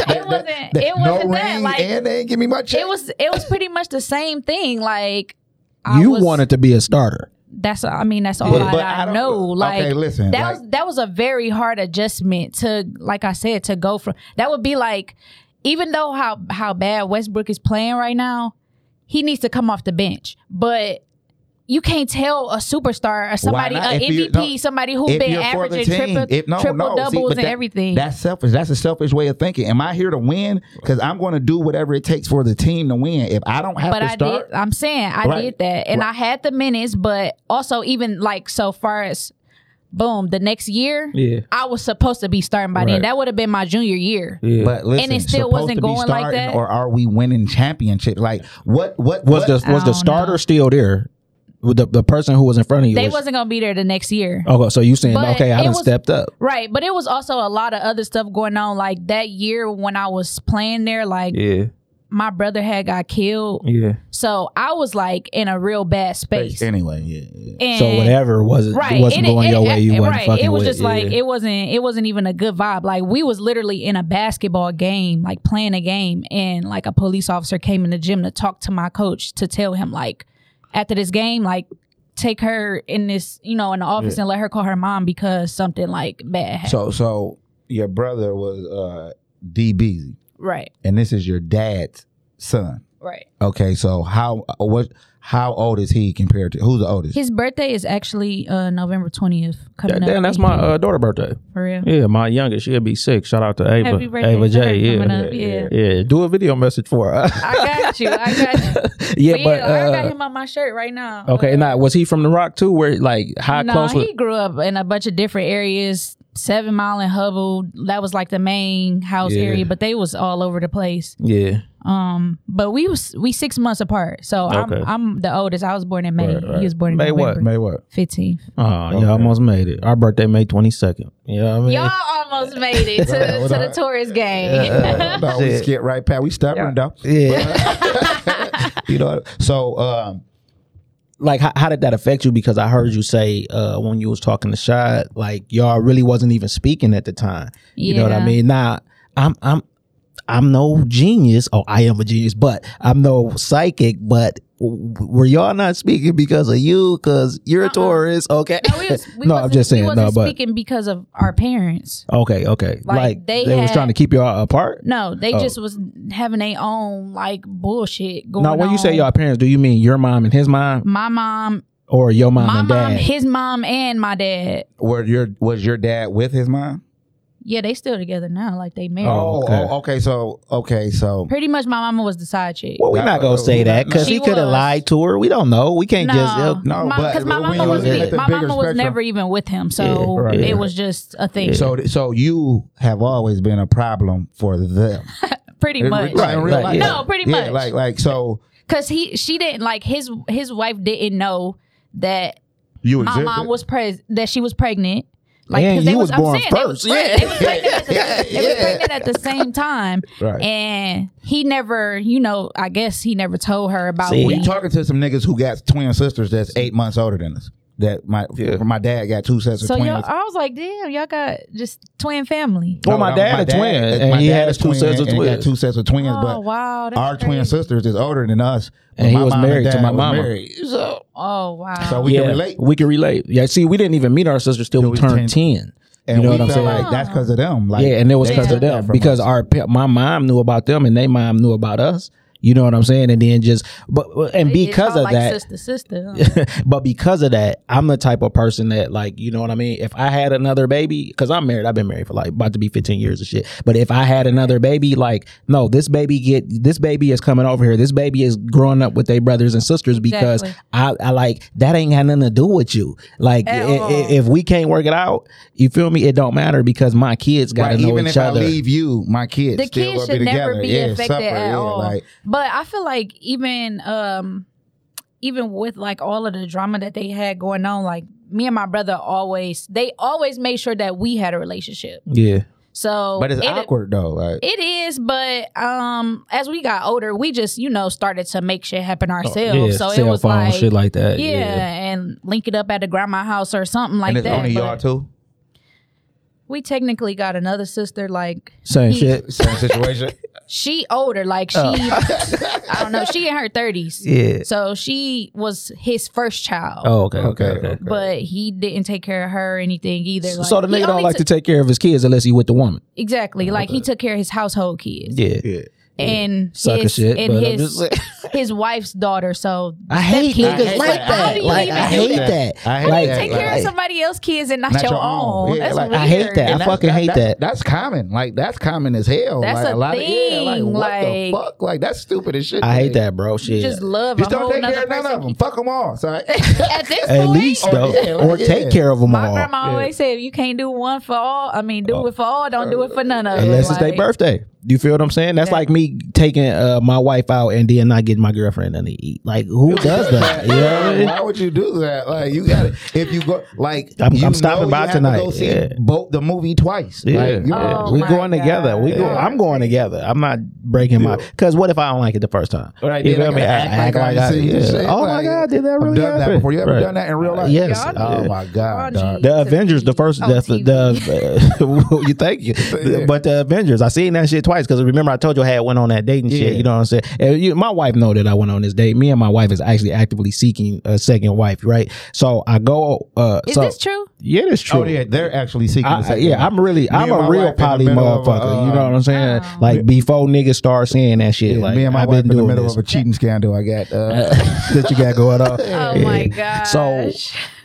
S4: it wasn't it
S2: no
S4: wasn't that
S2: ring,
S4: like
S2: and they ain't give me my check.
S4: it was it was pretty much the same thing like I
S3: You
S4: was-
S3: wanted to be a starter.
S4: that's I mean that's all
S2: But-
S4: I,
S2: but
S4: I
S2: I don't-
S4: know like
S2: okay, listen,
S4: that
S2: like-
S4: was that was a very hard adjustment to like I said to go from that would be like even though how how bad Westbrook is playing right now he needs to come off the bench but you can't tell a superstar or somebody,
S2: not?
S4: an
S2: If you-
S4: MVP,
S2: no.
S4: somebody who been averaging triple,
S2: if, no,
S4: triple
S2: no, see,
S4: doubles
S2: but
S4: and
S2: that-
S4: everything.
S2: That's selfish. That's a selfish way of thinking. Am I here to win? Because I'm going to do whatever it takes for the team to win. If I don't have
S4: but
S2: to
S4: I
S2: start,
S4: did. I'm saying I
S2: Right.
S4: did that, and I had the minutes. But also, even like so far as boom, the next year,
S6: Yeah.
S4: I was supposed to be starting by then.
S6: Right.
S4: That would have been my junior year.
S6: Yeah.
S2: But listen,
S4: it still
S2: supposed
S4: wasn't
S2: to be
S4: going like
S2: starting,
S4: that?
S2: Or are we winning championships? Like what? What
S6: Was
S2: what-
S6: the was
S4: I
S6: the
S4: don't
S6: starter
S4: know.
S6: still there? With the, the person who was in front of you?
S4: They
S6: was,
S4: wasn't gonna be there the next year.
S3: Oh.
S6: Okay, so you saying
S4: But
S6: okay? I
S4: it
S6: done
S4: was-
S6: stepped up.
S4: Right, but it was also a lot of other stuff going on. Like that year when I was playing there, like
S6: Yeah,
S4: my brother had got killed,
S6: yeah.
S4: so I was like in a real bad space.
S2: anyway? Yeah, yeah.
S4: And
S6: So whatever wasn't
S4: right,
S6: wasn't
S4: it-
S6: going
S4: it-
S6: your way, you
S4: it-
S6: wasn't
S4: right.
S6: fucking
S4: It was
S6: with
S4: just like
S6: yeah.
S4: it wasn't. It wasn't even a good vibe. Like we was literally in a basketball game, like playing a game, and like a police officer came in the gym to talk to my coach to tell him like, after this game, like take her in this, you know, in the office and let her call her mom because something like bad. happened.
S2: So so your brother was uh, D Beasy,
S4: right,
S2: and this is your dad's son.
S4: right.
S2: Okay, so how uh, what? How old is he compared to who's the oldest?
S4: His birthday is actually uh November twentieth coming
S3: Yeah,
S4: up.
S3: damn, that's my uh, daughter birthday.
S4: for real.
S3: Yeah, my youngest. She'll be six. Shout out to Ava.
S4: Happy birthday
S3: Ava
S4: to her
S3: J. Yeah.
S4: coming up,
S3: yeah.
S4: yeah.
S3: Yeah. Do a video message for her. (laughs)
S4: I got you. I got you.
S3: yeah,
S4: But yeah,
S3: but
S4: I got
S3: uh,
S4: him on my shirt right now.
S3: okay. And now, was he from the Rock too? Where like how
S4: no,
S3: close?
S4: he
S3: Was,
S4: grew up in a bunch of different areas. Seven Mile and Hubble, that was like the main house
S3: Yeah.
S4: area, but they was all over the place.
S3: yeah.
S4: Um, but we was we six months apart, so
S3: Okay.
S4: I'm I'm the oldest. I was born in May. He was born in
S3: May what?
S4: November
S2: May what?
S4: fifteenth.
S3: Oh, yeah. Almost made it. Our birthday May twenty second. You know what I mean? (laughs)
S4: Y'all almost made it to, to the tourist game.
S2: (laughs) no, we
S3: Shit.
S2: skip right past. We stubborn though.
S3: Yeah. (laughs)
S2: You know. So um,
S3: like how, how did that affect you? Because I heard you say uh, when you was talking to Shad, like y'all really wasn't even speaking at the time. You know what I
S4: Yeah.
S3: mean? Now I'm I'm I'm no genius. Oh, I am a genius, but I'm no psychic. But w- w- were y'all not speaking because of you? Because you're a tourist, okay?
S4: Uh-uh. No, we was, we
S3: (laughs) no, I'm
S4: wasn't-
S3: just
S4: we
S3: saying.
S4: wasn't
S3: No, but
S4: speaking because of our parents.
S3: okay, okay. Like,
S4: Like,
S3: they,
S4: they
S3: was
S4: had-
S3: trying to keep y'all apart.
S4: No, they
S3: Oh.
S4: just was having their own like bullshit going
S3: now, when you say
S4: on.
S3: y'all parents, do you mean your mom and his mom,
S4: my mom,
S3: or your mom
S4: my
S3: and
S4: mom,
S3: dad?
S4: his mom, and my dad.
S2: were your was your dad with his mom?
S4: Yeah, they still together now. Like they married.
S2: Oh,
S3: okay.
S2: oh, okay. So okay, so
S4: Pretty much, my mama was the side chick.
S3: well, we're not gonna say that because
S4: She
S3: he could have
S4: was.
S3: lied to her. We don't know. We can't just uh,
S4: No,
S2: no, but
S4: because my,
S2: when
S4: mama
S2: you
S4: was
S2: look at
S4: big-
S2: the
S4: my
S2: bigger
S4: mama was
S2: spectrum-
S4: never even with him, so
S3: Yeah, right.
S4: it was just a thing.
S2: So, so you have always been a problem for them,
S4: pretty much,
S2: Right, in real
S3: Right,
S2: life.
S3: yeah.
S4: No, (laughs) pretty
S2: Yeah,
S4: much.
S2: Like, like so,
S4: because he she didn't like his his wife didn't know that
S2: you
S4: my
S2: existed.
S4: mom was pres that she was pregnant. Like,
S3: And
S4: 'cause they
S3: you
S4: was,
S3: was
S4: I'm
S3: born
S4: saying, they
S3: first,
S4: was-
S3: yeah.
S4: They was pregnant
S2: (laughs)
S4: at the, they was pregnant at the same time,
S2: Right.
S4: and he never, you know, I guess he never told her about
S3: See,
S4: me.
S2: we talking to some niggas who got twin sisters that's eight months older than us. That my my dad got two sets of
S4: So y'all,
S2: twins.
S4: I was like, damn, y'all got just twin family.
S2: No,
S3: Well, Oh, my
S2: no,
S3: dad a twin, and
S2: my
S3: he
S2: dad
S3: had
S2: is
S3: two sets of
S2: and he got
S3: twins.
S2: two sets of twins,
S4: Oh
S2: but
S4: wow, that's
S2: our twin
S4: crazy.
S2: sisters is older than us. but
S3: And he
S2: my
S3: was
S2: mom
S3: married to
S2: dad
S3: my
S2: was
S3: mama.
S2: married. So,
S4: Oh wow.
S2: so we
S3: yeah,
S2: can relate.
S3: We can relate. Yeah, see, we didn't even meet our sisters till
S2: Till
S3: we
S2: we
S3: turned 10.
S2: And
S3: you
S2: we
S3: know what I'm
S2: feel
S3: saying?
S2: like that's because of them. Like,
S3: yeah, and it was
S2: they
S3: because
S2: took
S3: of them.
S2: that from
S3: Because
S2: us.
S3: our pa- my mom knew about them and they mom knew about us. You know what I'm saying? And then just but but- and
S4: It's
S3: because
S4: all
S3: of
S4: like
S3: that,
S4: sister,
S2: (laughs)
S4: sister.
S3: (laughs) but because of that, I'm the type of person that like, you know what I mean? If I had another baby, because I'm married, I've been married for like about to be 15 years of shit. But if I had another baby, like, no, this baby get this baby is coming over here. This baby is growing up with their brothers and sisters because
S4: Exactly.
S3: I, I like that ain't got nothing to do with you. Like i-
S4: At
S3: i-
S4: all.
S3: if we can't work it out, you feel me? It don't matter because my kids gotta
S2: Right,
S3: know
S2: even
S3: each
S2: if I
S3: other.
S2: leave you, my kids
S4: the
S2: still
S4: kids
S2: will
S4: should
S2: be together.
S4: never be
S2: yeah,
S4: affected
S2: suffer,
S4: at
S2: yeah,
S4: all.
S2: Like,
S4: but I feel like even um even with like all of the drama that they had going on, like me and my brother always they always made sure that we had a relationship.
S3: yeah.
S4: So
S2: But it's
S4: it-
S2: awkward though. Like
S4: It is, but um, as we got older, we just you know started to make shit happen ourselves. so it
S3: Oh, cell
S4: was
S3: phone,
S4: like,
S3: shit like that.
S4: yeah,
S3: Yeah.
S4: and link it up at the grandma house or something like
S2: and it's
S4: that.
S2: only y'all
S4: but
S2: two.
S4: we technically got another sister. Like
S3: Same
S4: he-
S3: shit.
S2: Same situation.
S4: she older, like she, (laughs) I don't know, she in her thirties.
S3: Yeah.
S4: So she was his first child,
S3: Oh, okay. Okay.
S2: Okay,
S3: okay.
S2: okay.
S4: but he didn't take care of her or anything either. Like,
S3: so the
S4: he
S3: nigga don't
S4: only
S3: like
S4: took-
S3: to take care of his kids unless he with the woman.
S4: exactly like he took care of his household kids.
S3: Yeah.
S2: Yeah.
S4: and
S3: Sucker
S4: his,
S3: shit,
S4: and
S3: but I'm
S4: his
S3: just- (laughs)
S4: his wife's daughter. So
S3: I hate
S4: kid
S3: niggas
S4: is like,
S3: like
S2: (laughs)
S4: how do
S3: that.
S4: you
S3: Like I
S4: even do
S3: hate that.
S2: I hate
S4: How do
S3: Like,
S4: you take care
S3: like-
S4: of somebody else's kids and not, your, own.
S2: Yeah,
S4: That's
S2: like,
S4: weird.
S3: I hate that.
S2: And
S3: (laughs) I
S2: that's-
S3: fucking hate
S2: that's-
S3: that.
S2: That's common. Like that's common as hell.
S4: That's
S2: like,
S4: a
S2: lot Of, yeah, like,
S4: thing,
S2: what the
S4: like-
S2: fuck? Like that's stupid as shit.
S3: I hate
S2: Like,
S3: that, bro. Shit.
S4: Just love
S2: Just
S4: a
S2: don't
S4: whole
S2: take care
S4: nother
S2: of none of them.
S4: person.
S2: Fuck them all. Sorry.
S4: (laughs) At this
S3: At
S4: point,
S3: least though,
S2: yeah,
S3: or
S2: like, yeah.
S3: take care of them
S4: my
S3: all. Oh.
S4: grandma always said, "You can't do one for all. I mean, do it for all. Don't do it for none of them."
S3: Unless it's their
S4: Like,
S3: birthday. Do you feel what I'm saying? That's like me taking uh, my wife out and then not getting my girlfriend nothing to eat. Like, who does that? You know what I mean?
S2: Why would you do that? Like you got to If you go, like
S3: I'm-
S2: you
S3: I'm stopping
S2: know
S3: by
S2: you have to
S3: tonight.
S2: go see
S3: Yeah.
S2: both the movie twice.
S3: Yeah,
S2: Like, you
S3: yeah.
S2: know,
S4: Oh
S3: we
S4: my
S3: going together. We go.
S4: God.
S3: I'm going together. I'm not breaking my. Because what if I don't like it the first time?
S2: Right,
S3: You
S2: then
S3: feel
S2: I
S3: me? I,
S2: gotta act
S3: act
S2: like I
S3: like,
S2: ain't
S3: I,
S2: seen
S3: yeah.
S2: this shit,
S3: Oh
S2: like,
S3: my god, did that
S2: I've
S3: really
S2: done that
S3: happen?
S2: before. You ever
S3: Right.
S2: done that in real life?
S3: Yes.
S4: Y'all
S2: Oh
S3: Yeah.
S2: my god.
S4: Raunchy.
S2: dog.
S3: The
S4: to
S3: Avengers, the
S4: be
S3: first,
S4: on
S3: the,
S4: TV. (laughs)
S3: the (laughs) uh, you thank you,
S2: Yeah.
S3: but the Avengers, I seen that shit twice because remember I told you I had went on that date and shit.
S2: Yeah.
S3: You know what I'm saying? And you, my wife know that I went on this date. Me and my wife is actually actively seeking a second wife, right? So I go. Uh,
S4: Is
S3: so
S4: this true?
S3: yeah, it's true.
S2: Oh yeah, they're actually seeking.
S3: I,
S2: the
S3: I-
S2: second
S3: yeah,
S2: one.
S3: I'm really, I'm
S2: and
S3: a
S2: my
S3: real
S2: wife in the
S3: poly
S2: middle of a,
S3: motherfucker. you know
S2: uh,
S3: what I'm saying?
S4: Oh.
S3: Like before niggas start saying that shit,
S2: Yeah,
S3: like
S2: me and my
S3: I've
S2: wife
S3: been
S2: in the
S3: doing
S2: middle
S3: this. (laughs)
S2: of a (laughs) cheating scandal. I got. Uh,
S3: that you got going on.
S4: Oh my gosh.
S3: So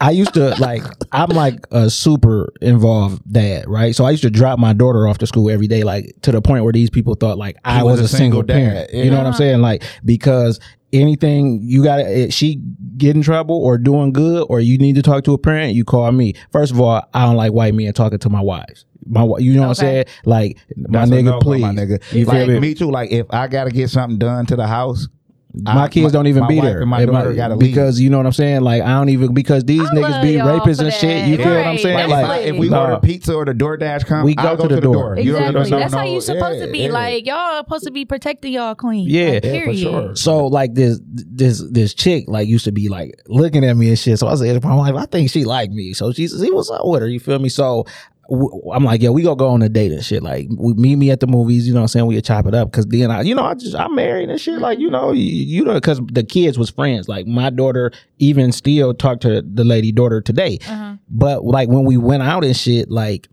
S3: I used to like I'm like a super involved dad, right? So I used to drop my daughter off to school every day, like to the point where these people thought like I was, a single, parent. You know what I'm saying? Like because anything you got to she get in trouble or doing good or you need to talk to a parent you call me first of all i don't like white men talking to my wives my wi- you know what i'm
S4: Okay.
S3: saying like my
S2: That's a
S3: nigga
S2: no-go,
S3: please
S2: my nigga.
S3: you
S2: like,
S3: feel me
S2: me too. Like if I gotta get something done to the house,
S3: my
S2: I-
S3: kids
S2: my-
S3: don't even
S2: my
S3: be
S2: wife
S3: there
S2: and my
S3: It
S2: daughter
S3: might-
S2: gotta leave.
S3: because you know what I'm saying. Like I don't even because these
S4: I
S3: niggas
S4: love
S3: be
S4: y'all
S3: rapists
S4: for
S3: and shit.
S4: that.
S3: You feel what I'm
S4: Right.
S3: saying?
S4: That's
S3: Like
S4: right.
S2: if we
S3: nah.
S2: order pizza or the DoorDash come,
S3: We
S2: I'll
S3: go to the door.
S2: You don't-
S4: Exactly.
S2: don't
S4: That's how
S2: know-
S4: you supposed
S2: yeah,
S4: to be.
S2: yeah.
S4: Like y'all supposed to be protecting y'all clean.
S3: Yeah.
S4: Like,
S3: Yeah, for
S4: period.
S2: sure.
S3: So like this this this chick like used to be like looking at me and shit. So I said, I'm like, I think she liked me. So she says, he was up with her. You feel me? So w- I'm like, yeah, we gonna go on a date and shit. Like, we meet me at the movies. You know what I'm saying? We chop it up because then I, you know, I just I'm married and shit. Like, you know, you, you know, because the kids was friends. Like my daughter even still talked to the lady daughter today.
S4: Uh-huh.
S3: But like when we went out and shit, like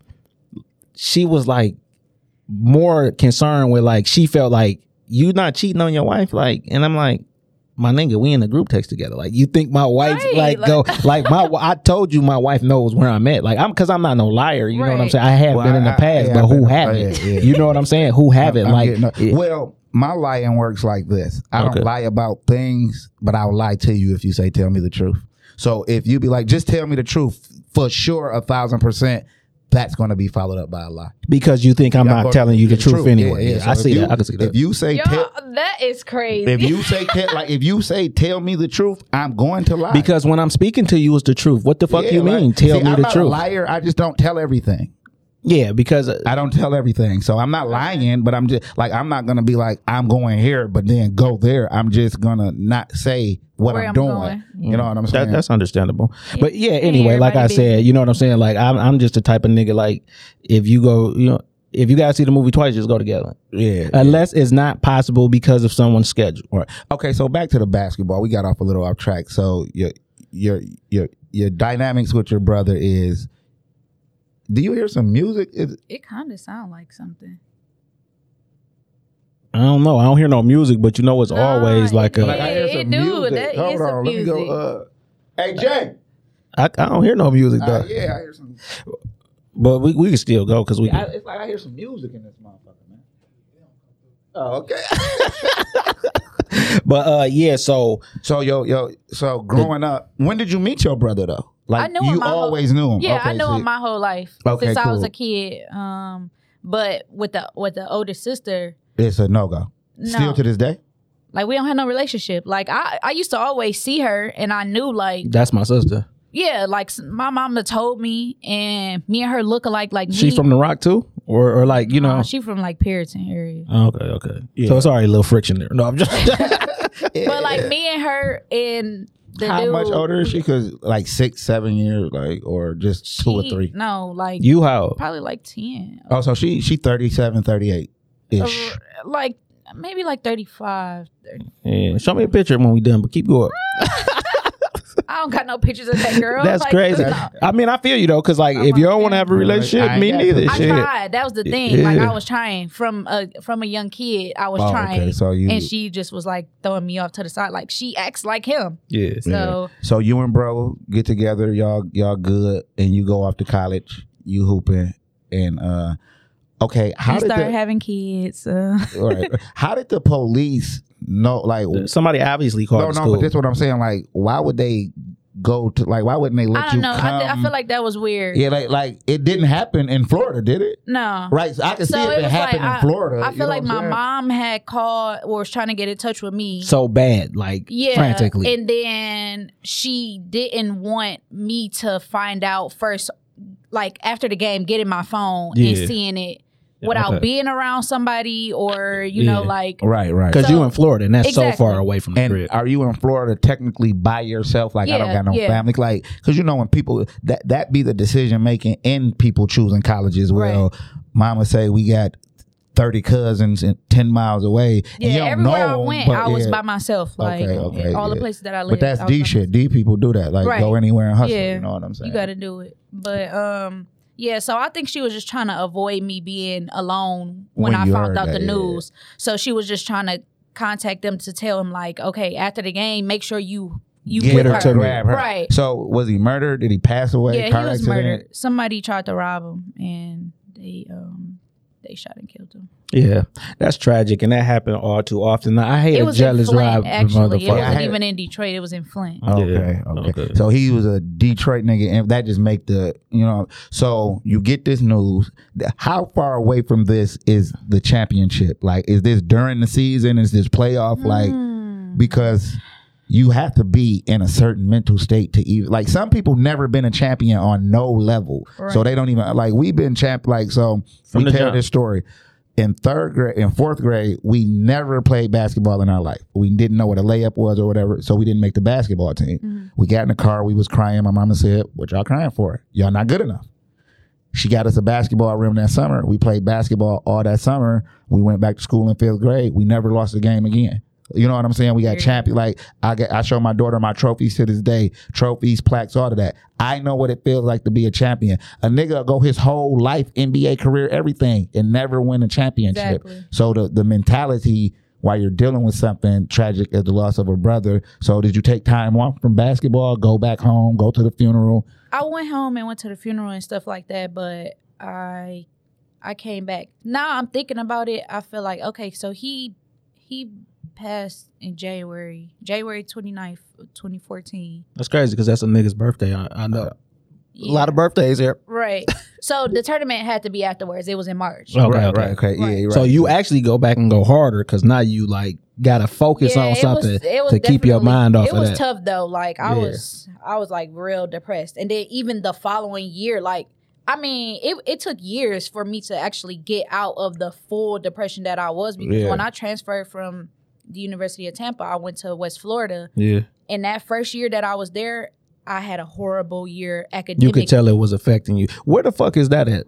S3: she was like more concerned with like she felt like you not cheating on your wife like and i'm like my nigga we in a group text together like you think my wife
S4: Right,
S3: like, go like my i told you my wife knows where i'm at like i'm because i'm not no liar you know what i'm
S4: Right.
S3: saying i have
S2: Well,
S3: been in the
S2: I- I-
S3: past
S2: yeah,
S3: but
S2: I've
S3: who
S2: been-
S3: haven't
S2: yeah, yeah.
S3: you know what i'm saying who haven't
S2: I'm
S3: like
S2: getting up-
S3: it-
S2: well, my lying works like this. I
S3: Okay.
S2: don't lie about things, but I'll lie to you if you say tell me the truth. So if you be like, just tell me the truth for sure, a thousand percent, that's going to be followed up by a lie.
S3: because you think i'm
S2: Yeah,
S3: not
S2: but-
S3: telling you the
S2: it's
S3: truth,
S2: true.
S3: anyway yeah,
S2: So
S3: i
S2: if
S3: see
S2: you-
S3: that i can see
S2: If
S3: that
S2: you say tell,
S4: Y'all, that is crazy.
S2: if you say tell, like if you say tell me the truth, I'm going to lie.
S3: because when i'm speaking to you it's the truth what the fuck
S2: Yeah,
S3: you
S2: like-
S3: mean tell
S2: See,
S3: me
S2: I'm
S3: the
S2: not A
S3: truth
S2: liar, I just don't tell everything.
S3: yeah because uh,
S2: I don't tell everything, so I'm not lying. But I'm just like I'm not gonna be like I'm going here, but then go there. I'm just gonna not say what
S4: Where
S2: I'm,
S4: I'm
S2: doing.
S4: going.
S2: You know what I'm saying?
S3: That, that's understandable. But yeah, anyway,
S4: everybody
S3: like I
S4: busy.
S3: said, you know what I'm saying? Like I'm I'm just the type of nigga like if you go, you know, if you guys see the movie twice, just go together.
S2: yeah.
S3: Unless it's not possible because of someone's schedule.
S2: Right. Okay, so back to the basketball. We got off a little off track. So your your your your dynamics with your brother is. Do you hear some music? Is,
S4: it kind of sound like something.
S3: I don't know. I don't hear no music, but you know it's
S4: Nah,
S3: always like
S4: it
S3: a
S4: is.
S3: I
S4: Yeah, it do. That
S2: Hold
S4: is
S2: on,
S4: some
S2: let me go.
S4: music.
S2: Uh, hey Jay.
S3: I, I don't hear no music though.
S2: Uh, yeah, I hear some.
S3: But we, we can still go because we
S2: I,
S3: can.
S2: it's like I hear some music in this motherfucker, man. Oh, okay. (laughs)
S3: But uh yeah, so
S2: so yo yo so growing up, when did you meet your brother though? Like
S4: knew him
S2: you
S4: my whole-
S2: always knew him.
S4: Yeah,
S2: okay,
S4: I know
S2: so-
S4: him my whole life
S2: Okay,
S4: since I was
S2: cool.
S4: a kid. Um, but with the with the older sister,
S2: It's a no go.
S4: no,
S2: Still to this day.
S4: like we don't have no relationship. Like I I used to always see her, and I knew like
S3: that's my sister.
S4: yeah, like s- my mama told me, and me and her look alike. Like
S3: She
S4: me-
S3: from the Rock too, or or like you know. Oh,
S4: Nah, she from like Puritan area.
S3: okay, okay. So it's already a little friction there. No, I'm just.
S4: (laughs)
S3: (laughs)
S4: But like me and her and the
S2: How
S4: dude,
S2: much older is she? Because like six, seven years, like or just two or
S4: she-
S2: three.
S4: No, like
S3: you how?
S4: probably like ten,
S2: Oh, so she she 37, 38 ish.
S4: Or, like maybe like 35, 30.
S3: Yeah. Show me a picture when we done, but keep going.
S4: I don't got no pictures of
S2: (laughs)
S4: that girl.
S3: That's
S4: Like,
S3: crazy.
S4: no.
S3: I mean, I feel you though, because like if you don't want to have a relationship,
S2: I
S3: me
S2: got
S3: neither.
S2: some-
S4: I
S3: Shit.
S4: tried. That was the thing. Like
S3: Yeah.
S4: I was trying from a from a young kid. I was
S2: Oh,
S4: trying,
S2: okay, so you-
S4: and she just was like throwing me off to the side. Like she acts like him.
S3: Yeah.
S4: So
S2: So you and bro get together, y'all y'all good, and you go off to college, you hooping, and uh, okay, how
S4: we
S2: did
S4: started
S2: the
S4: having kids. Uh,
S2: right, how did the police know? Like, no,
S3: Somebody obviously called
S2: no,
S3: the school.
S2: but that's what I'm saying. Like, why would they go to? Like, why wouldn't they (laughs) let
S4: I don't
S2: you
S4: know. I,
S2: come?
S4: th- I feel like that was weird.
S2: yeah, like like it didn't happen in Florida, did it?
S4: No.
S2: Right, so I can
S4: So
S2: see if
S4: it
S2: it,
S4: was
S2: happened
S4: like,
S2: in Florida.
S4: I
S2: you
S4: feel
S2: know
S4: like
S2: what I'm
S4: my
S2: saying?
S4: mom had called or was trying to get in touch with me.
S3: so bad, like
S4: yeah,
S3: frantically.
S4: and then she didn't want me to find out first, like after the game, getting my phone
S3: Yeah.
S4: and seeing it without
S3: okay.
S4: being around somebody or you know
S3: Yeah.
S4: like
S2: Right, right.
S3: Because
S4: So-
S3: you in Florida, and that's so
S4: Exactly.
S3: far away from the
S2: And
S3: crib.
S2: are you in Florida technically by yourself? Like I don't
S4: Yeah,
S2: got no
S4: yeah.
S2: family. Like because you know when people that that be the decision making in people choosing colleges. Well, mama say we got thirty cousins and ten miles away. and you
S4: yeah.
S2: don't
S4: Everywhere
S2: know
S4: I
S2: 'em,
S4: went,
S2: but
S4: I was
S2: yeah.
S4: by myself. Like
S2: Okay, okay,
S4: all
S2: yeah.
S4: the places that I lived.
S2: But that's
S4: I was by
S2: D shit. D people do that. Like go
S4: Right.
S2: anywhere and hustle.
S4: Yeah.
S2: You know what I'm saying?
S4: You got to do it. But um, yeah. So I think she was just trying to avoid me being alone when,
S2: When
S4: I
S2: you
S4: found
S2: heard
S4: out the
S2: that, yeah.
S4: news. So she was just trying to contact them to tell him like, okay, after the game, make sure you you
S2: Get
S4: with
S2: her to grab her.
S4: Right.
S2: So was he murdered? Did he pass away?
S4: yeah,
S2: Car
S4: he was
S2: accident?
S4: murdered. Somebody tried to rob him, and they um they shot and killed him.
S3: Yeah, that's tragic, and that happened all too often. Now, I hate
S4: it
S3: a
S4: was
S3: jealous
S4: in Flint.
S3: rob
S4: Actually, it
S3: motherfucker.
S2: I
S4: wasn't
S2: had-
S4: even in Detroit. It was in Flint.
S2: Okay,
S3: Yeah,
S2: okay.
S3: okay.
S2: So he was a Detroit nigga, and that just make the you know. So you get this news. Th- How far away from this is the championship? Like, is this during the season? Is this playoff?
S4: Hmm.
S2: Like, because you have to be in a certain mental state to even like. Some people never been a champion on no level, so
S4: Right.
S2: they don't even like. We've been champ like so.
S3: From
S2: we
S3: the
S2: tell
S3: jump.
S2: this story. In third grade, in fourth grade, we never played basketball in our life. We didn't know what a layup was or whatever, so we didn't make the basketball team. We got in the car. We was crying. My mama said, "What y'all crying for? Y'all not good enough." She got us a basketball rim that summer. We played basketball all that summer. We went back to school in fifth grade. We never lost a game again. You know what I'm saying? We got champion. Like I got, I show my daughter my trophies to this day, trophies, plaques, all of that. I know what it feels like to be a champion. A nigga will go his whole life, NBA career, everything, and never win a championship.
S4: Exactly.
S2: So the the mentality while you're dealing with something tragic as the loss of a brother. So did you take time off from basketball? Go back home. Go to the funeral.
S4: I went home and went to the funeral and stuff like that, but I I came back. Now I'm thinking about it. I feel like okay, so he he passed in January, January 29th, 2014.
S3: That's crazy because that's a nigga's birthday. I, I know a lot of birthdays here.
S4: Right. so the tournament had to be afterwards. It was in March.
S3: Okay, okay.
S2: Okay. Yeah. You're right.
S3: So you actually go back and go harder because now you like gotta focus on something to keep your
S4: definitely-
S3: mind off
S4: It
S3: of
S4: was
S3: that.
S4: tough though. Like I
S3: Yeah.
S4: was, I was like real depressed, and then even the following year, like I mean, it it took years for me to actually get out of the full depression that I was because
S3: Yeah.
S4: when I transferred from the University of Tampa, I went to West Florida,
S3: Yeah,
S4: and that first year that I was there, I had a horrible year academic.
S3: you could tell it was affecting you. Where the fuck is that at?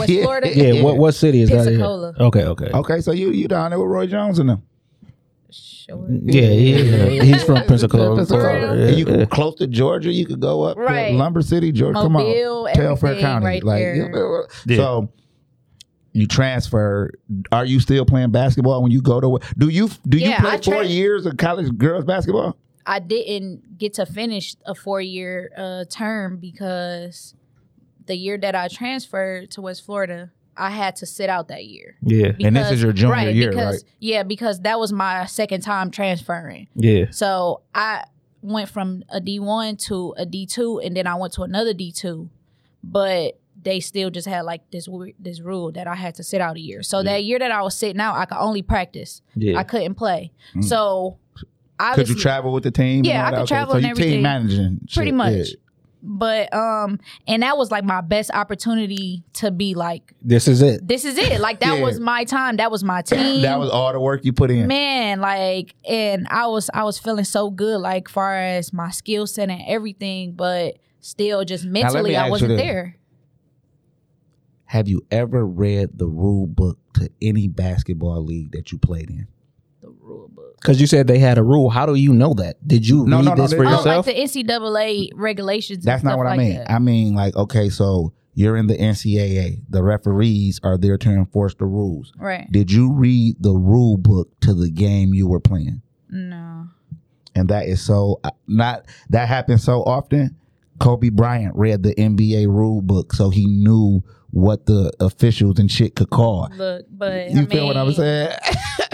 S4: West Florida,
S3: (laughs) Yeah, what what city is
S4: Pensacola.
S3: that? In? Okay, okay.
S2: Okay, so you you down there with Roy Jones and them?
S4: Sure.
S3: Yeah, yeah, he's from Pensacola.
S4: Pensacola.
S3: Florida, yeah,
S2: you
S3: yeah.
S2: close to Georgia, you could go up
S4: Right.
S2: to Lumber City, Georgia.
S4: Mobile,
S2: Come on, Telfair
S4: everything
S2: County,
S4: right
S2: like
S4: there.
S2: you-
S3: Yeah.
S2: so. You transfer. Are you still playing basketball when you go to? Do you do you
S4: Yeah,
S2: play
S4: I
S2: four
S4: tra-
S2: years of college girls basketball?
S4: I didn't get to finish a four year uh, term because the year that I transferred to West Florida, I had to sit out that year.
S3: yeah,
S2: And this is your junior year,
S4: because,
S2: right?
S4: Yeah, because that was my second time transferring.
S3: yeah.
S4: So I went from a D1 to a D2, and then I went to another D2. But they still just had like this weir- this rule that I had to sit out a year. So that year that I was sitting out, I could only practice.
S3: Yeah.
S4: I couldn't play. So
S2: Mm. Could you
S4: obviously,
S2: travel with the team? and
S4: Yeah,
S2: all
S4: I
S2: that?
S4: could travel
S2: So
S4: and
S2: you team
S4: everything.
S2: managing, shit,
S4: pretty much.
S2: yeah.
S4: But um, and that was like my best opportunity to be like,
S3: This is it.
S4: this is it. Like that
S2: Yeah.
S4: was my time. That was my team.
S2: That was all the work you put in.
S4: man. Like, and I was I was feeling so good, like far as my skill set and everything, but still just
S2: let
S4: mentally
S2: me ask
S4: I
S2: you
S4: wasn't
S2: this.
S4: there.
S2: Have you ever read the rule book to any basketball league that you played in?
S4: The rule book.
S3: Because you said they had a rule. How do you know that? Did you
S2: No,
S3: read
S2: no, no,
S3: this
S2: they-
S3: for
S2: Oh,
S4: Oh,
S3: yourself?
S4: like the NCAA regulations. and
S2: That's not
S4: stuff
S2: what I
S4: like
S2: mean.
S4: that.
S2: I mean, like, okay, so you're in the NCAA. The referees are there to enforce the rules.
S4: right?
S2: Did you read the rule book to the game you were playing?
S4: No.
S2: And that is so uh, not that happens so often. Kobe Bryant read the NBA rule book, so he knew what the officials and shit could call.
S4: Look, but
S2: You
S4: I
S2: feel
S4: mean,
S2: what I'm saying? (laughs)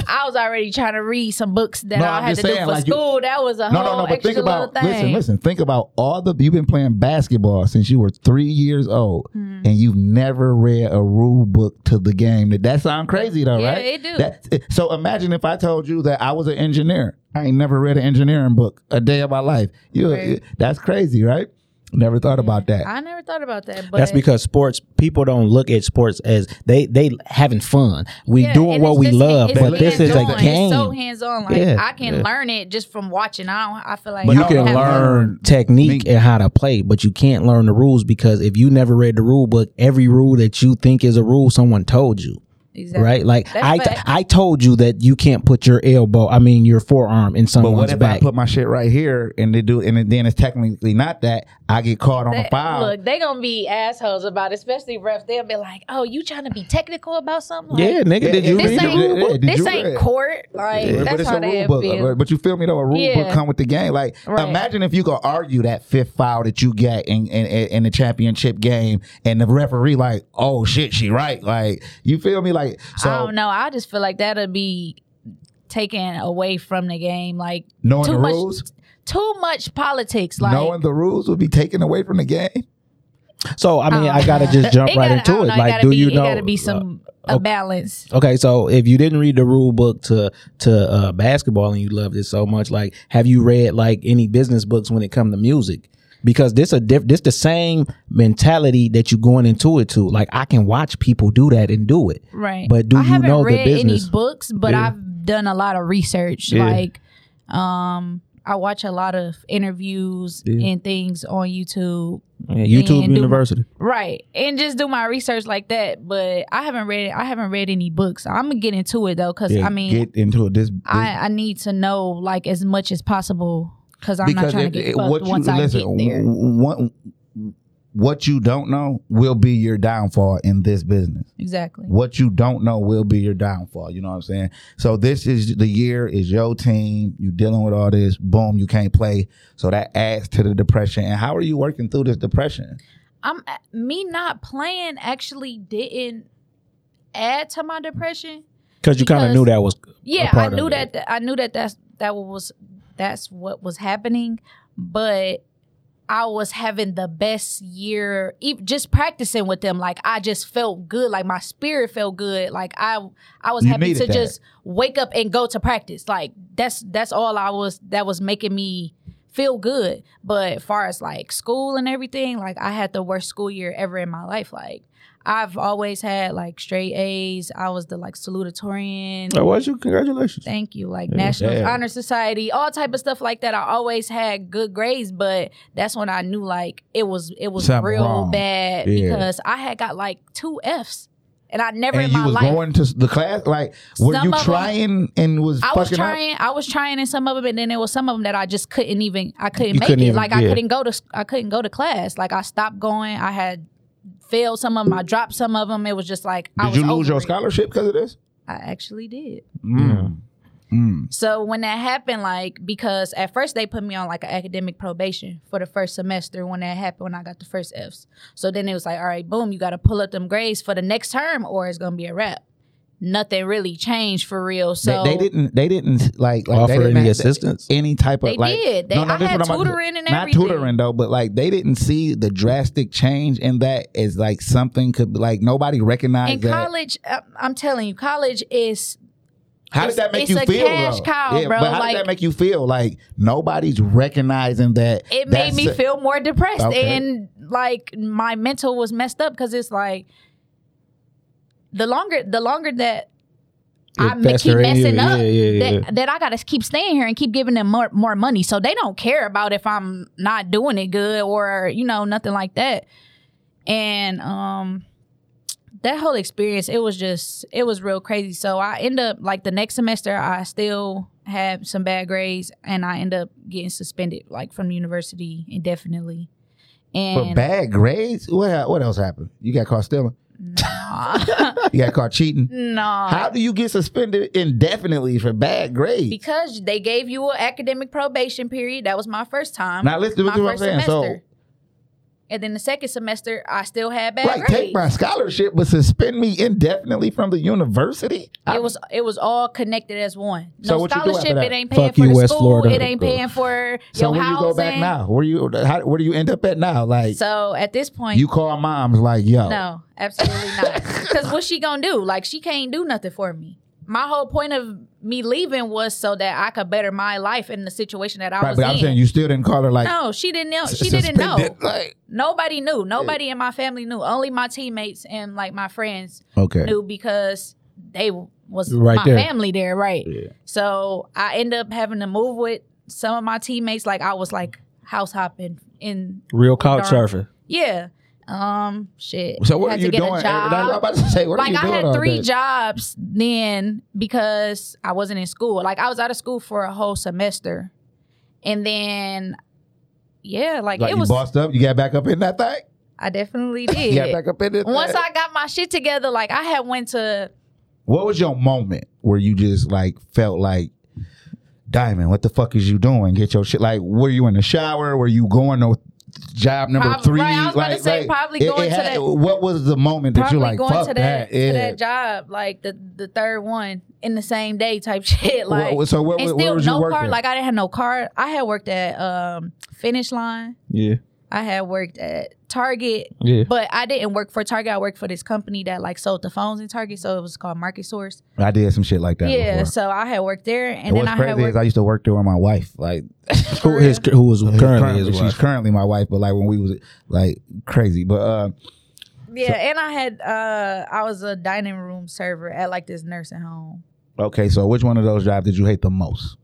S4: I was already trying to read some books that
S2: No,
S4: I
S2: I'm
S4: had
S2: just
S4: to do
S2: saying,
S4: for
S2: like, you-
S4: school. that was a
S2: No,
S4: whole
S2: no, no. But
S4: Oh, extra
S2: think about
S4: little thing.
S2: listen, listen. Think about all the you've been playing basketball since you were three years old,
S4: Hmm.
S2: and you've never read a rule book to the game. Did that sound crazy though?
S4: Yeah,
S2: right?
S4: it do.
S2: That- so imagine if I told you that I was an engineer. I ain't never read an engineering book a day of my life. You,
S4: Right.
S2: that's crazy, right? Never thought about that.
S4: I never thought about that. But
S3: That's because sports people don't look at sports as they they having fun. We
S4: Yeah,
S3: doing
S4: and
S3: what
S4: it's
S3: we
S4: just-
S3: love,
S4: it's
S3: but this is a
S4: hands-on.
S3: game.
S4: It's so hands on. Like
S3: Yeah,
S4: I can learn it just from watching. I don't. I feel like
S3: But
S4: I
S3: you
S4: don't
S3: can
S4: have to-
S3: learn technique and how to play, but you can't learn the rules because if you never read the rule book, every rule that you think is a rule, someone told you.
S4: Exactly.
S3: Right? Like
S4: That's
S3: I, t-
S4: fact.
S3: I told you that you can't put your elbow, I mean your forearm in
S2: but
S3: someone's
S2: what if
S3: back.
S2: I put my shit right here and they do, and it- then it's technically not that? I get caught on a
S4: That-
S2: foul.
S4: Look, they gonna be assholes about, it, especially refs. They'll be like, "Oh, you trying to be technical about something?" Like,
S3: yeah, nigga, did you
S4: this
S3: read the
S4: ain't,
S3: rule book?
S2: Yeah, did you
S4: this
S2: read?
S4: ain't court. Like
S2: But- but
S4: that's
S2: it's
S4: how
S2: a
S4: they
S2: rule book.
S4: feel.
S2: uh, But you feel me though? A rule book
S4: Yeah.
S2: come with the game. Like
S4: Right.
S2: imagine if you go argue that fifth foul that you get in, in in in the championship game, and the referee like, oh shit, she right. Like you feel me? Like
S4: I
S2: so
S4: don't know. I just feel like that'll be taken away from the game. Like
S2: knowing
S4: too
S2: the
S4: much,
S2: rules,
S4: too much politics. Like
S2: knowing the rules would be taken away from the game.
S3: So I mean,
S4: Oh,
S3: I gotta
S4: man.
S3: just jump
S4: It
S3: right
S4: gotta- I
S3: into
S4: don't
S3: it.
S4: know,
S3: Like,
S4: gotta
S3: do
S4: be,
S3: you know?
S4: It gotta be some a balance.
S3: Okay, so if you didn't read the rule book to to uh, basketball and you loved it so much, like, have you read like any business books when it come to music? Because this a diff- this the same mentality that you going into it to. Like, I can watch people do that and do it.
S4: Right.
S3: But do
S4: I
S3: you
S4: haven't
S3: know the
S4: read
S3: business?
S4: any books, but I've done a lot of research. Like, um, I watch a lot of interviews and things on YouTube.
S3: YouTube
S4: And do-
S3: University.
S4: Right. And just do my research like that. But I haven't read I haven't read any books. I'm gonna get into it though, because I mean
S2: Get into it. This
S4: I, I need to know like as much as possible because I'm not trying to
S2: it-
S4: get
S2: it-
S4: fucked once I get
S2: w-
S4: there.
S2: w- What, what you don't know will be your downfall in this business.
S4: Exactly.
S2: What you don't know will be your downfall. You know what I'm saying? So this is the year is your team. You dealing with all this. Boom, you can't play. So that adds to the depression. And how are you working through this depression?
S4: I'm uh, me not playing actually didn't add to my depression.
S3: Cause you kind of
S4: Because-
S3: knew that was
S4: Yeah, I
S3: part of
S4: knew
S3: it.
S4: that, I knew that that's that was that's what was happening, but I was having the best year ev- just practicing with them. Like I just felt good, like my spirit felt good. Like I I was
S2: You
S4: happy
S2: needed
S4: to
S2: that.
S4: just wake up and go to practice. Like that's that's all I was that was making me feel good. But far as like school and everything, like I had the worst school year ever in my life. Like I've always had like straight A's. I was the like salutatorian.
S7: Oh, was you? Congratulations.
S4: Thank you. Like National Honor Society, all type of stuff like that. I always had good grades, but that's when I knew like it was it was
S2: Something
S4: real
S2: wrong.
S4: bad
S2: Yeah.
S4: because I had got like two Fs, and I never
S2: and
S4: in
S2: you
S4: my
S2: was
S4: life.
S2: going to s- the class. Like, were
S4: Some
S2: you
S4: of 'em-
S2: trying and was
S4: I was
S2: fucking up?
S4: trying. I was trying in some of them, and then there was some of them that I just couldn't even. I couldn't
S3: You
S4: make
S3: couldn't
S4: it.
S3: even-
S4: like I
S3: yeah.
S4: couldn't go to. sc- I couldn't go to class. Like I stopped going. I had failed some of them. I dropped some of them. It was just like I
S2: Did
S4: was
S2: you lose
S4: over
S2: your
S4: it.
S2: scholarship because of this?
S4: I actually did.
S2: Mm. Mm.
S4: So when that happened, like because at first they put me on like an academic probation for the first semester when that happened when I got the first Fs. So then it was like, all right, boom, you gotta pull up them grades for the next term or it's gonna be a wrap. Nothing really changed for real.
S2: They-
S4: So
S2: they, didn't. They didn't like, like they
S3: Offer
S2: didn't
S3: any
S2: ask-
S3: assistance?
S2: Any type of
S4: They
S2: like.
S4: did. They- I
S2: this
S4: had
S2: what I'm about to say.
S4: tutoring and
S2: not
S4: everything.
S2: tutoring though, but like they didn't see the drastic change in that as like something could like nobody recognized
S4: in
S2: that.
S4: college, I- I'm telling you, college is
S2: How did
S4: It's-
S2: that make
S4: it's
S2: you
S4: a
S2: feel?
S4: cash
S2: though?
S4: cow,
S2: yeah,
S4: bro,
S2: But how
S4: like-
S2: did that make you feel? Like nobody's recognizing that.
S4: it made
S2: that's
S4: me
S2: a-
S4: feel more depressed
S2: Okay.
S4: and like my mental was messed up because it's like the longer the longer that I m- keep
S3: fester in you.
S4: messing up
S3: Yeah, yeah, yeah.
S4: That, that I gotta keep staying here and keep giving them more more money so they don't care about if I'm not doing it good or you know nothing like that and um that whole experience, it was just, it was real crazy. So I end up like the next semester, I still had some bad grades, and I end up getting suspended like from the university indefinitely.
S2: But
S4: And
S2: bad grades? What what else happened? You got caught stealing. (laughs) you got caught cheating.
S4: no,
S2: How do you get suspended indefinitely for bad grades?
S4: because they gave you an academic probation period. That was my first time.
S2: Now, listen to
S4: my
S2: what I'm
S4: first
S2: saying. So-
S4: and then the second semester, I still had bad
S2: like
S4: grades.
S2: take my scholarship, but suspend me indefinitely from the university. I-
S4: It was it was all connected as one.
S2: So
S4: No
S2: what you do after
S4: scholarship.
S2: that?
S4: It ain't paying
S6: Fuck
S4: for
S6: you,
S4: the
S6: West
S4: school.
S6: Florida.
S4: It ain't paying for
S2: so
S4: your
S2: where
S4: housing.
S2: you go back now? Where you how, where do you end up at now? Like
S4: So at this point,
S2: you call moms like yo.
S4: no, absolutely
S2: (laughs)
S4: not. Because what she gonna do? Like she can't do nothing for me. My whole point of me leaving was so that I could better my life in the situation that I
S2: Right,
S4: was
S2: but
S4: in.
S2: I'm saying you still didn't call her like
S4: no, she didn't know. She
S2: suspended,
S4: didn't know.
S2: Like
S4: Nobody knew. Nobody in my family knew. Only my teammates and like my friends
S2: okay.
S4: knew because they w- was
S6: Right
S4: my
S6: there.
S4: family there, right? So I end up having to move with some of my teammates. Like I was like house hopping in,
S6: Real couch
S4: Darn.
S6: surfing.
S4: yeah. Um, shit.
S2: So what
S4: Had
S2: are
S4: to
S2: you
S4: get a
S2: doing? That's what I'm
S4: job.
S2: about to say. What are
S4: Like
S2: you
S4: I
S2: doing
S4: had
S2: all
S4: three
S2: day?
S4: jobs then because I wasn't in school. Like I was out of school for a whole semester, and then yeah, like,
S2: Like
S4: it
S2: you
S4: was.
S2: bossed up. You got back up in that thing.
S4: I
S2: (laughs)
S4: definitely
S2: You got
S4: did.
S2: back up in it.
S4: Once I got my shit together, like I had went to
S2: what was your moment where you just like felt like diamond what the fuck is you doing get your shit like were you in the shower were you going to job number
S4: Probably-
S2: three
S4: right, I was about to say, probably going to that-
S2: what was the moment that
S4: probably
S2: you like
S4: going
S2: fuck
S4: to
S2: that,
S4: that,
S2: yeah.
S4: to that job, like the the third one in the same day type (laughs) shit. Like
S2: Wha- so where-
S4: and still
S2: where- where was you
S4: no car.
S2: working?
S4: Like I didn't have no car. I had worked at um Finish Line.
S6: Yeah.
S4: I had worked at Target,
S6: Yeah.
S4: but I didn't work for Target. I worked for this company that like sold the phones in Target, so it was called Market Source.
S2: i did some shit like that
S4: yeah,
S2: before.
S4: so I had worked there, and,
S2: and
S4: then
S2: what's
S4: I had
S2: crazy is
S4: worked.
S2: I used to work there with my wife. Like
S6: Who his who was currently, his wife.
S2: she's currently my wife, but like when we was like crazy. But uh
S4: yeah, and I had uh I was a dining room server at like this nursing home.
S2: okay, so which one of those jobs did you hate the most?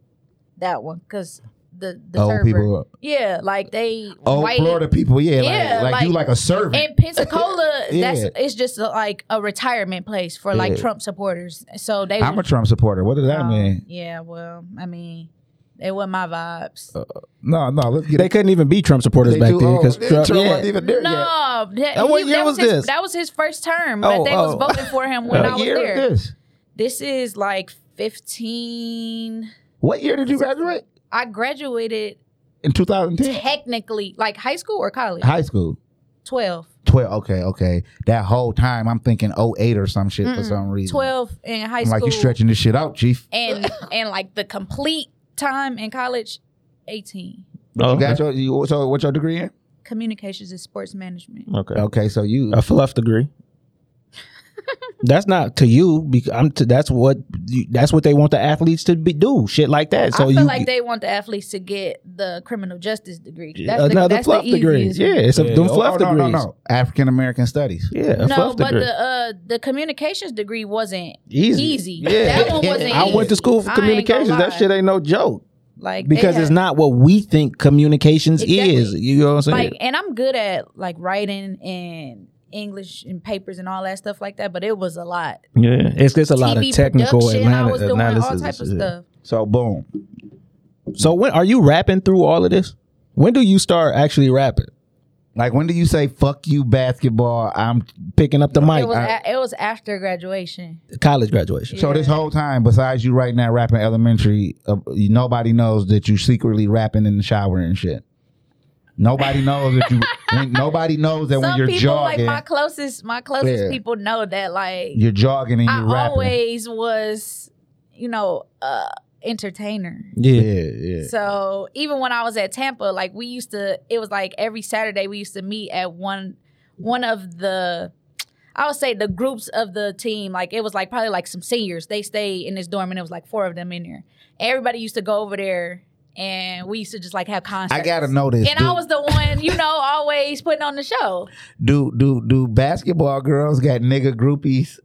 S4: That one, cause the the
S2: Oh, old
S4: server.
S2: people,
S4: Yeah, like they
S2: old
S4: white
S2: Oh, Florida people, yeah,
S4: Yeah,
S2: like, like you
S4: like-
S2: like a servant.
S4: in Pensacola.
S2: (laughs) Yeah.
S4: That's it's just a, like a retirement place for like
S2: Yeah.
S4: Trump supporters. So they.
S2: I'm a Trump supporter. What does that
S4: um,
S2: mean?
S4: Yeah, well, I mean, it wasn't my vibes.
S2: No, no. Let's get
S6: They couldn't even be Trump supporters
S2: They
S6: back
S2: too
S6: then
S2: old.
S6: because
S2: They-
S6: Trump.
S2: Trump
S6: yeah.
S2: wasn't even there yet.
S4: No, that,
S6: And what
S4: he-
S6: year
S4: that
S6: was
S4: his,
S6: this?
S4: That was his first term. but
S6: Oh,
S4: they
S6: oh.
S4: was voting for
S6: (laughs)
S4: him when I
S2: What
S4: was
S2: year
S4: there.
S2: is this?
S4: This is like 15.
S2: What year did you graduate?
S4: I graduated
S2: In 2010,
S4: technically, like high school or college,
S2: high school.
S4: 12.
S2: 12. Okay, okay. That whole time, I'm thinking 08 or some shit for
S4: Mm-mm.
S2: some reason.
S4: 12 in high
S2: I'm
S4: school.
S2: like you stretching this shit out, chief.
S4: and and like the complete time in college, eighteen.
S6: Oh,
S2: You
S6: okay.
S2: got your, you, so what's your degree in?
S4: Communications and sports management.
S6: okay.
S2: Okay, so you
S6: A fluff
S4: (laughs)
S6: degree. that's not to you because I'm to, that's what you, that's what they want the athletes to be do shit like that. So
S4: I feel
S6: you
S4: like they want the athletes to get the criminal justice degree. That's the-
S6: another
S4: that's the
S6: fluff degree.
S4: easiest
S6: Yeah,
S4: one.
S6: it's a
S2: Yeah.
S6: them
S2: Oh,
S6: fluff
S2: oh, no,
S6: degrees.
S2: No, no, African American studies.
S6: Yeah, a
S4: No,
S6: fluff
S4: but
S6: degree.
S4: the uh the communications degree wasn't
S6: easy.
S4: easy.
S6: (laughs) Yeah.
S4: That one wasn't
S6: I went to school for
S4: I ain't gonna
S6: communications. That
S4: lie.
S6: shit ain't no joke
S4: like they
S6: because it's
S4: had-
S6: not what we think communications
S4: Exactly.
S6: is. You know what I'm saying?
S4: like and I'm good at like writing and English and papers and all that stuff like that, but it was a lot.
S6: yeah, it's just a lot of
S4: TV
S6: technical
S4: production, I
S6: ana-
S4: was doing all
S6: analysis.
S4: type of
S6: Yeah.
S4: stuff.
S2: So boom.
S6: So when are you rapping through all of this? When do you start actually rapping?
S2: Like when do you say "fuck you" basketball? I'm
S6: Picking up the mic,
S4: It was
S6: I-
S4: a, it was after graduation.
S6: college graduation.
S2: So this whole time, besides you right now rapping elementary, uh, nobody knows that you secretly rapping in the shower and shit. Nobody knows that you. when, nobody knows that when
S4: Some
S2: you're
S4: people like
S2: jogging,
S4: my closest my closest
S2: Yeah.
S4: people know that like
S2: you're jogging and
S4: I
S2: you're rapping.
S4: always was, you know, uh entertainer.
S6: Yeah.
S2: yeah, yeah.
S4: So even when I was at Tampa, like we used to it was like every Saturday we used to meet at one one of the I would say the groups of the team, like it was like probably like some seniors. They stayed in this dorm and it was like four of them in there. Everybody used to go over there and we used to just like have concerts.
S2: I gotta know this.
S4: And
S2: do,
S4: I was the one, you know, always putting on the show.
S2: do do do basketball girls got nigga groupies?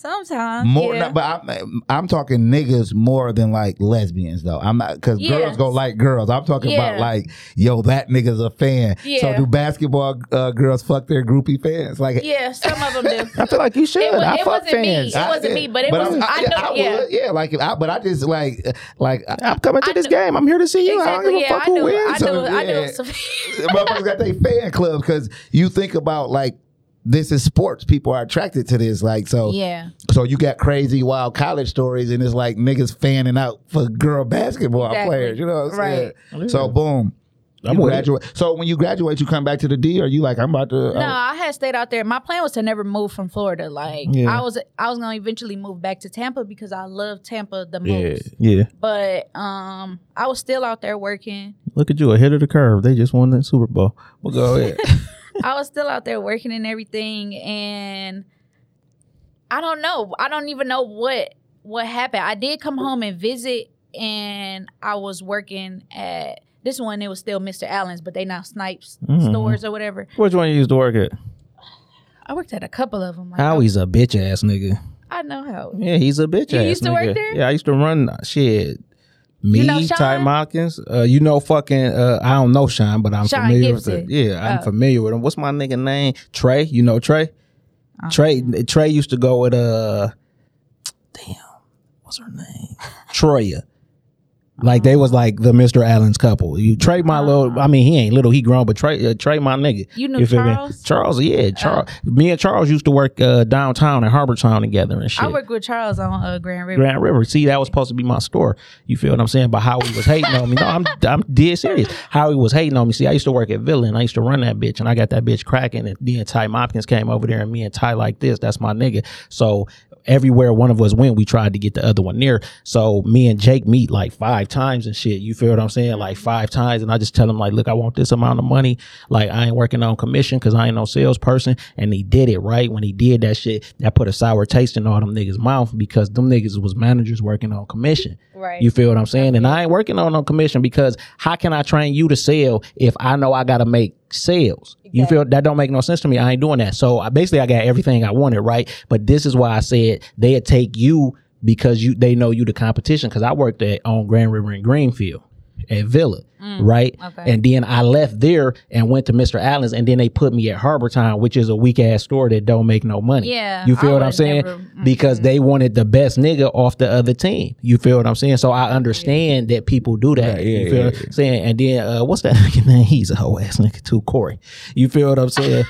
S4: Sometimes.
S2: More,
S4: yeah.
S2: no, but I'm I'm talking niggas more than like lesbians though. I'm not because
S4: Yeah.
S2: girls go like girls. I'm talking about
S4: Yeah.
S2: like yo, that nigga's a fan. So
S4: Yeah.
S2: do basketball uh, girls fuck their groupie fans? Like
S4: yeah, some of them
S2: (laughs)
S4: do.
S2: I feel like you should.
S4: It wa-
S2: I
S4: it
S2: fuck
S4: wasn't me.
S2: fans.
S4: It wasn't me, but it was-
S2: I'm-
S4: I know-
S2: I would, yeah. Like, I, but I just like, uh, like I'm coming
S4: to I this kn-
S2: game. I'm here to see
S4: Exactly. Yeah, I knew. I knew. I
S2: yeah.
S4: knew. Some,
S2: (laughs) Motherfuckers got their fan club because you think about like this is sports. People are attracted to this. Like, so
S4: yeah.
S2: so you got crazy wild college stories, and it's like niggas fanning out for girl basketball
S4: Exactly.
S2: players. You know what I'm
S4: Right.
S2: saying? So boom.
S6: Oh, I'm
S2: you
S6: with it.
S2: graduate. So when you graduate, you come back to the D, or you like I'm about to. uh,
S4: No,
S6: Oh.
S4: I had stayed out there. My plan was to never move from Florida. Like
S6: Yeah.
S4: I was, I was gonna eventually move back to Tampa because I love Tampa the most.
S6: Yeah, yeah.
S4: But um, I was still out there working.
S6: Look at you, ahead of the curve. They just won the Super Bowl. We'll go
S2: (laughs)
S6: ahead.
S4: I was still out there working and everything, and I don't know. I don't even know what what happened. I did come home and visit, and I was working at this one. It was still Mr. Allen's, but they now Snipes
S6: Mm-hmm.
S4: stores or whatever.
S6: Which one you used to work at?
S4: I worked at a couple of them. Like,
S3: Howie's a bitch ass nigga.
S4: I know how.
S6: Yeah, he's a bitch
S4: You
S6: ass
S4: used to work
S6: nigga.
S4: there?
S6: Yeah, I used to run shit. Me,
S4: know
S6: Ty
S4: Sean?
S6: Malkins.
S3: Uh, you know fucking uh, I don't know Sean, but I'm
S4: Sean
S3: familiar
S4: Gibson.
S3: with it. Yeah, I'm
S4: Oh.
S3: familiar with him. What's my nigga name? Trey. You know Trey?
S4: Oh.
S3: Trey Trey used to go with uh damn, what's
S4: (laughs)
S3: her name? Troya. Like they was like the Mr. Allen's couple. You Trey my little I mean he ain't little, he grown, but Trey uh, Trey my nigga.
S4: Oh. You knew
S3: feel me?
S4: Charles? Oh.
S3: Charles, yeah. Charles me and Charles used to work uh, downtown in Harbor Town together and shit.
S4: I worked with Charles on uh, Grand River.
S3: Grand River. See, that was supposed to be my store. You feel what I'm saying? But Howie was hating on me. No, I'm I'm dead serious. Howie was hating on me. See, I used to work at Villain. I used to run that bitch, and I got that bitch cracking. And then Ty Mopkins came over there, and me and Ty like this. That's my nigga. So everywhere one of us went, we tried to get the other one near. So me and Jake meet like five times and shit. You feel what I'm saying? Like five times, and I just tell him like, look, I want this amount of money. Like I ain't working on commission because I ain't no salesperson. And he did it right when he did that shit. That put a sour taste in all them niggas' mouth because them niggas was managers working on commission.
S4: Right.
S3: You feel what I'm saying? And I ain't working on no commission because how can I train you to sell if I know I gotta make sales? You feel that don't make no sense to me. I ain't doing that. So I basically I got everything I wanted, right? But this is why I said they'll take you because you they know you the competition. Cause I worked at on Grand River and Greenfield at Villa, right?
S4: Mm, okay.
S3: And then I left there and went to Mr. Allen's, and then they put me at Harbor Town, which is a weak ass store that don't make no money.
S4: Yeah,
S3: you feel
S4: I
S3: what I'm
S4: would've
S3: saying?
S4: never- mm.
S3: Because
S4: Mm-hmm.
S3: they wanted the best nigga off the other team. You feel what I'm saying? So I understand that people do that.
S6: Yeah, yeah,
S3: you feel
S6: yeah,
S3: what
S6: yeah.
S3: I'm saying? And then uh, what's that (laughs) nigga name? He's a whole ass nigga too, Corey. You feel what
S4: (laughs)
S3: I'm saying?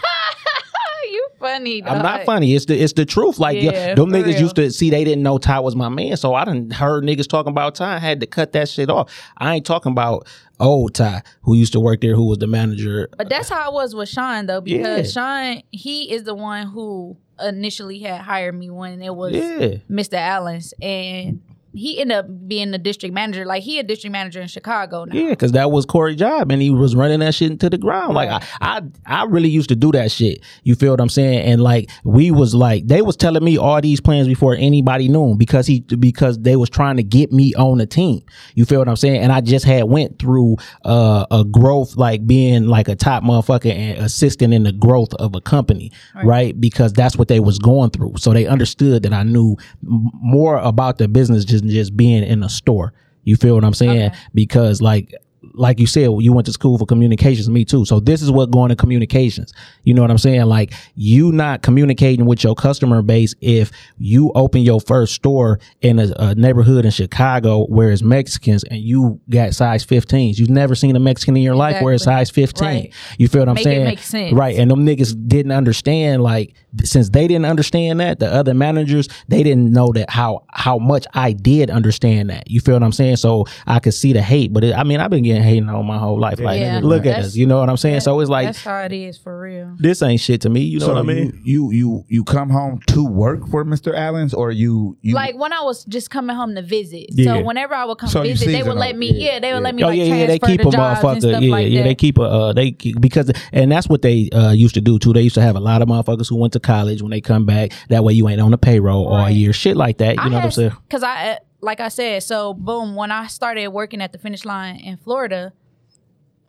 S4: you funny.
S3: I'm not
S4: dog.
S3: funny. It's the it's the truth. Like yo,
S4: Yeah,
S3: them
S4: for
S3: niggas
S4: real.
S3: used to see they didn't know Ty was my man, so I didn't heard niggas talking about Ty. I had to cut that shit off. I ain't talking about old Ty who used to work there, who was the manager.
S4: But that's how I was with Sean though, because Sean he is the one who initially had hired me when it was
S3: Yeah,
S4: Mr. Allen's, and he ended up being the district manager. Like he a district manager in Chicago now.
S3: yeah, because that was Corey job, and he was running that shit into the ground. Like I, I, I really used to do that shit. You feel what I'm saying? And like we was like they was telling me all these plans before anybody knew 'em because he because they was trying to get me on the team. You feel what I'm saying? And I just had went through uh, a growth like being like a top motherfucker and assisting in the growth of a company, right? Because that's what they was going through. So they understood that I knew m- more about the business just just being in a store. You feel what I'm saying? Because like like you said, you went to school for communications, me too. So this is what going to communications. You know what I'm saying? Like you not communicating with your customer base if you open your first store in a, a neighborhood in Chicago where it's Mexicans and you got size 15s. You've never seen a Mexican in your life where it's
S4: Exactly.
S3: size 15.
S4: Right.
S3: You feel what I'm
S4: Make it
S3: saying?
S4: make sense.
S3: Right. And them niggas didn't understand like th- since they didn't understand that, the other managers, they didn't know that how how much I did understand that. You feel what I'm saying? So I could see the hate, but it, I mean, I've been getting hating on my whole life. Like,
S4: Yeah.
S3: look at
S4: That's-
S3: us. You know what I'm saying? so it's like
S4: That's how it is for real.
S3: this ain't shit to me. You know
S2: so
S3: what I mean?
S2: you, you you you come home to work for Mr. Allen's, or you you
S4: Like when I was just coming home to visit,
S3: Yeah.
S4: so whenever I would come
S2: So you
S4: visit, they would
S2: seasonal.
S4: let me. Yeah,
S2: Yeah,
S4: they would let me.
S3: Oh
S4: like,
S3: yeah, yeah, they
S4: transfer
S3: keep
S4: to
S3: a
S4: jobs and
S3: motherfucker.
S4: stuff
S3: Yeah,
S4: like
S3: yeah,
S4: that.
S3: they keep a uh, they keep- because and that's what they uh, used to do too. They used to have a lot of motherfuckers who went to college when they come back. That way you ain't on the payroll all
S4: Right.
S3: year, shit like that. You know what I'm saying?
S4: Because I, uh, like I said, so boom, when I started working at the finish line in Florida,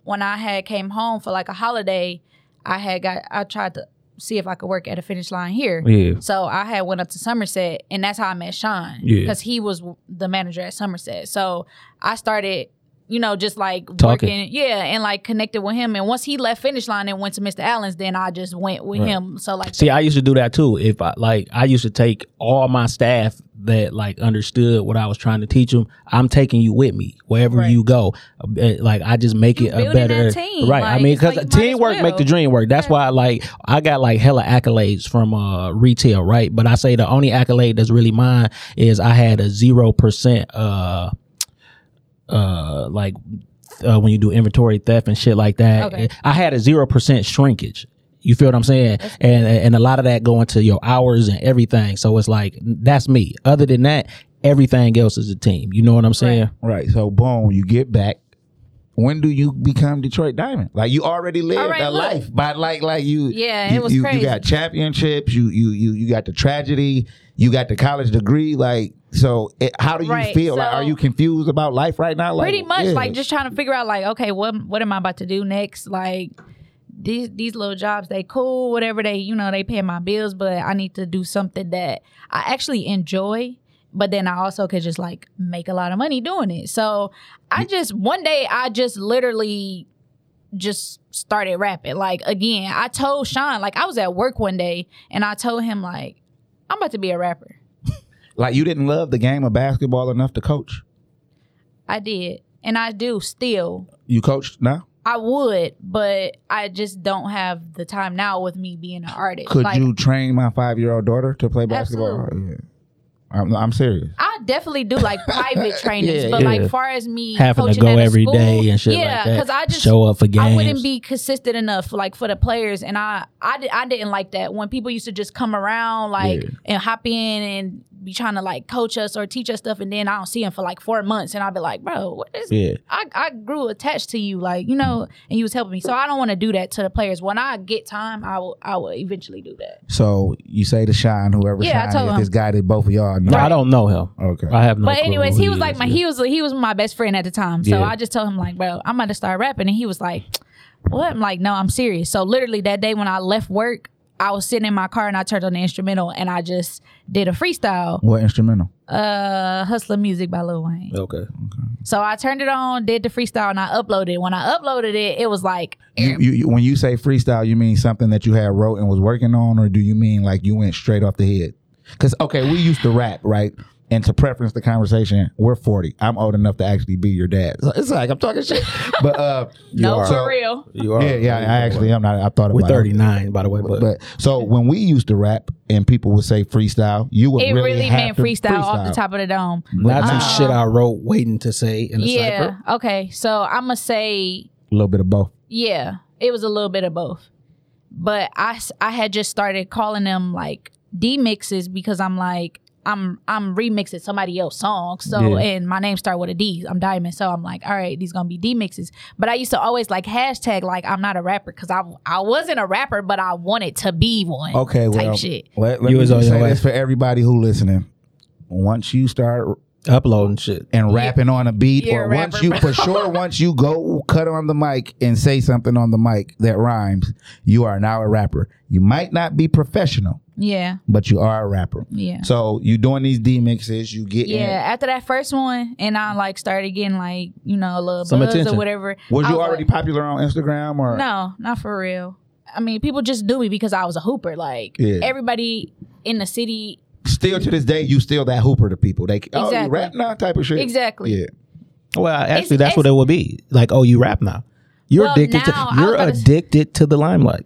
S4: when I had came home for like a holiday, I had got, I tried to see if I could work at a finish line here.
S6: Yeah.
S4: So I had went up to Somerset, and that's how I met Sean.
S6: Yeah.
S4: Because he was w- the manager at Somerset. So I started, you know, just like
S3: Talking.
S4: working, yeah, and like connected with him. And once he left finish line and went to Mr. Allen's, then I just went with him. So like,
S3: (laughs) See, I used to do that too. If I like, I used to take all my staff that like understood what I was trying to teach them. I'm taking you with me wherever
S4: Right.
S3: you go. Uh, Like, I just make
S4: You
S3: it a
S4: building
S3: better
S4: that team,
S3: right. I
S4: like,
S3: mean,
S4: it's like
S3: because
S4: you might as
S3: teamwork make the
S4: well.
S3: dream work. That's why, like, I got like hella accolades from uh retail, right? But I say the only accolade that's really mine is I had a zero percent uh uh like uh, when you do inventory theft and shit like that.
S4: Okay.
S3: I had a zero percent shrinkage. You feel what I'm saying? And and a lot of that going to your hours and everything. So it's like that's me. Other than that, everything else is a team. You know what I'm saying?
S2: Right. So boom, you get back. When do you become Detroit Diamond? Like you already lived
S4: right,
S2: a
S4: look.
S2: life, but like like you,
S4: Yeah,
S2: you,
S4: it was
S2: you, You
S4: crazy.
S2: got championships. You you you you got the tragedy. You got the college degree. Like so, it, how do you
S4: Right,
S2: feel? like,
S4: so-
S2: are you confused about life right now? Like,
S4: pretty much
S2: yeah.
S4: like just trying to figure out like okay what what am i about to do next like these these little jobs they cool whatever they you know they pay my bills but i need to do something that i actually enjoy but then i also could just like make a lot of money doing it so i
S2: Mm.
S4: just one day i just literally just started rapping like again i told sean like i was at work one day and i told him like i'm about to be a rapper
S2: like you didn't love the game of basketball enough to coach.
S4: i did and i do still
S2: You coached now.
S4: I would, but I just don't have the time now with me being an artist.
S2: Could
S4: like,
S2: you train my five year old daughter to play basketball?
S4: Absolutely.
S2: Yeah. I'm, I'm serious.
S4: I definitely do like
S3: (laughs)
S4: private trainings, but
S3: yeah.
S4: like far as me
S3: Having to
S4: coaching
S3: go
S4: at a
S3: every
S4: school,
S3: day and shit
S4: yeah,
S3: like that.
S4: I just
S3: show up for games.
S4: I wouldn't be consistent enough, like for the players, and I I, di- I didn't like that when people used to just come around like and hop in and be trying to like coach us or teach us stuff, and then I don't see them for like four months, and I'll be like, bro, what is?
S3: Yeah.
S4: I I grew attached to you, like you know, and you was helping me, so I don't want to do that to the players. When I get time, I will I will eventually do that.
S2: So you say to Shine, whoever
S4: Yeah, I
S2: Shine
S4: told
S2: is,
S4: him.
S2: this guy that both of y'all know.
S3: No, I don't know him.
S2: Okay.
S3: I have no.
S4: But
S3: clue
S4: anyways,
S3: who
S4: he was like
S3: is,
S4: my
S3: yeah.
S4: he was he was my best friend at the time. So
S3: Yeah.
S4: I just told him like, bro, I'm about to start rapping, and he was like, what? I'm like, no, I'm serious. So literally that day when I left work, I was sitting in my car and I turned on the instrumental and I just did a freestyle,
S2: What instrumental?
S4: uh, hustler music by Lil Wayne.
S3: Okay.
S4: So I turned it on, did the freestyle, and I uploaded. it. When I uploaded it, it was like
S2: You, you, you- when you say freestyle, you mean something that you had wrote and was working on, or do you mean like you went straight off the head? Because okay, we used to rap, right? And to preference the conversation, we're forty. I'm old enough to actually be your dad. So it's like I'm talking shit, (laughs) but uh,
S4: no for
S2: So-
S4: real.
S6: You are.
S2: Yeah, yeah. I actually, I'm not. I thought
S3: We're
S2: about it.
S3: 39, by the way. But,
S2: But so when we used to rap and people would say freestyle, you would
S4: It
S2: really,
S4: really,
S2: have
S4: meant
S2: to
S4: freestyle, off the top of the dome.
S3: not some
S4: Nah.
S3: shit I wrote waiting to say in the
S4: yeah.
S3: cipher.
S4: Okay. So I'm gonna say
S2: A little bit of both.
S4: Yeah, it was a little bit of both. But I s- I had just started calling them like demixes because I'm like I'm I'm remixing somebody else's song. So and my name start with a D. I'm Diamond. So I'm like, all right, these gonna be demixes. But I used to always like hashtag like I'm not a rapper because I I wasn't a rapper, but I wanted to be one.
S2: Okay,
S4: type
S2: well,
S4: shit.
S2: let, let
S3: You
S2: me
S3: was
S2: just
S3: on your
S2: say
S3: way.
S2: this for everybody who listening. Once you start
S3: Uploading shit.
S2: and rapping on a beat,
S4: You're
S2: or
S4: a
S2: once
S4: rapper, (laughs)
S2: you
S4: bro.
S2: for sure, once you go cut on the mic and say something on the mic that rhymes, you are now a rapper. You might not be professional,
S4: Yeah,
S2: but you are a rapper.
S4: yeah.
S2: So you doing these demixes, you get
S4: yeah,
S2: in.
S4: after that first one, and I like started getting like you know a little
S3: Some
S4: buzz
S3: attention.
S4: or whatever.
S2: Was
S4: I
S2: you already
S4: like-
S2: popular on Instagram or
S4: No, not for real. I mean, people just knew me because I was a hooper. Like
S2: Yeah.
S4: everybody in the city,
S2: still to this day you still that hooper to people? They oh you
S4: Exactly.
S2: rap now type of shit.
S4: exactly.
S2: Yeah.
S3: Well, actually,
S4: It's-
S3: that's what it
S4: it's-
S3: would be. Like, oh, you rap now. You're
S4: Well,
S3: addicted.
S4: now, I
S3: to,
S4: was
S3: you're
S4: about to s-
S3: addicted to the limelight.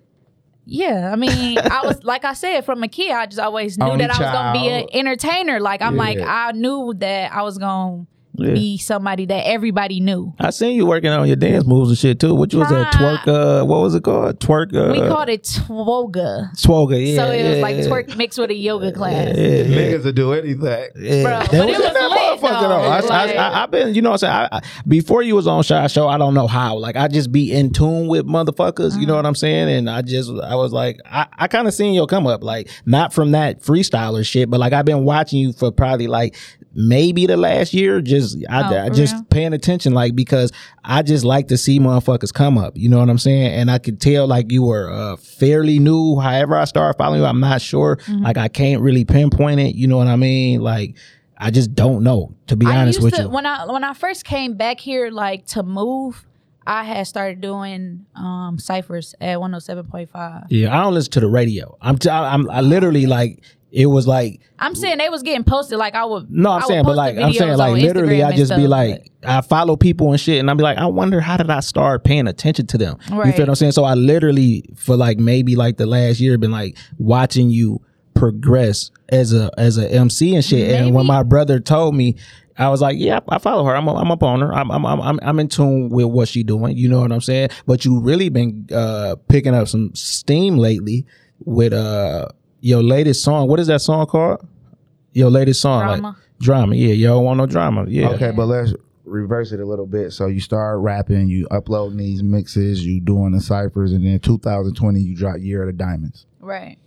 S4: Yeah, I mean, I
S3: (laughs)
S4: was like I said from a kid, I just always knew
S2: Only
S4: that I was gonna be
S2: child.
S4: an entertainer. Like I'm like I knew that I was gonna
S3: Yeah.
S4: be somebody that everybody knew.
S3: I seen you working on your dance moves and shit too. What you was that
S4: Try-
S3: twerk? Uh, what was it called? Twerk. Uh,
S4: We called it twoga,
S3: twoga. Yeah,
S4: so it was
S3: yeah,
S4: like
S3: yeah,
S4: twerk mixed with a yoga class.
S3: Yeah, yeah,
S2: Niggas will do anything.
S3: yeah.
S4: Bro,
S3: That
S4: but it was
S3: that
S4: lit,
S3: motherfucker
S4: though.
S3: I, I,
S4: Like-
S3: I, I've been, you know, what I'm saying, I, I, before you was on Shy Show, I don't know how. Like, I just be in tune with motherfuckers. You know what I'm saying? And I just, I was like, I, I kind of seen your come up, like not from that freestyler shit, but like I've been watching you for probably like maybe the last year just I,
S4: Oh,
S3: I
S4: for
S3: just
S4: real?
S3: paying attention like because I just like to see motherfuckers come up you know what I'm saying and I could tell like you were uh, fairly new however I started following you I'm not sure
S4: Mm-hmm.
S3: like I can't really pinpoint it you know what I mean like I just don't know to be honest
S4: used
S3: with
S4: to,
S3: you
S4: When I when I first came back here, like to move, I had started doing um ciphers at one hundred seven point five.
S3: yeah I don't listen to the radio I'm t- I, am ti am I literally like it was like
S4: I'm saying they was getting posted. Like I would.
S3: No,
S4: I
S3: I'm
S4: would
S3: saying, but
S4: post the
S3: like, I'm
S4: videos
S3: saying, like,
S4: on
S3: literally,
S4: Instagram
S3: I
S4: and
S3: just be
S4: stuff,
S3: like, I follow people and shit, and I'll be like, I wonder how did I start paying attention to them? You
S4: Right.
S3: feel what I'm saying? So I literally, for like maybe like the last year, been like watching you progress as a as a MC and shit. And when
S4: Maybe-
S3: my brother told me, I was like, yeah, I follow her. I'm i I'm up on her. I'm I'm I'm I'm- I'm in tune with what she doing. You know what I'm saying? But you really been uh picking up some steam lately with uh your latest song. What is that song called? Your latest song, like
S4: Drama.
S3: drama. Yeah, y'all want no drama. Yeah.
S2: Okay, but let's reverse it a little bit. So you start rapping, you uploading these mixes, you doing the ciphers, and then 2020 you drop Year of the Diamonds.
S4: right.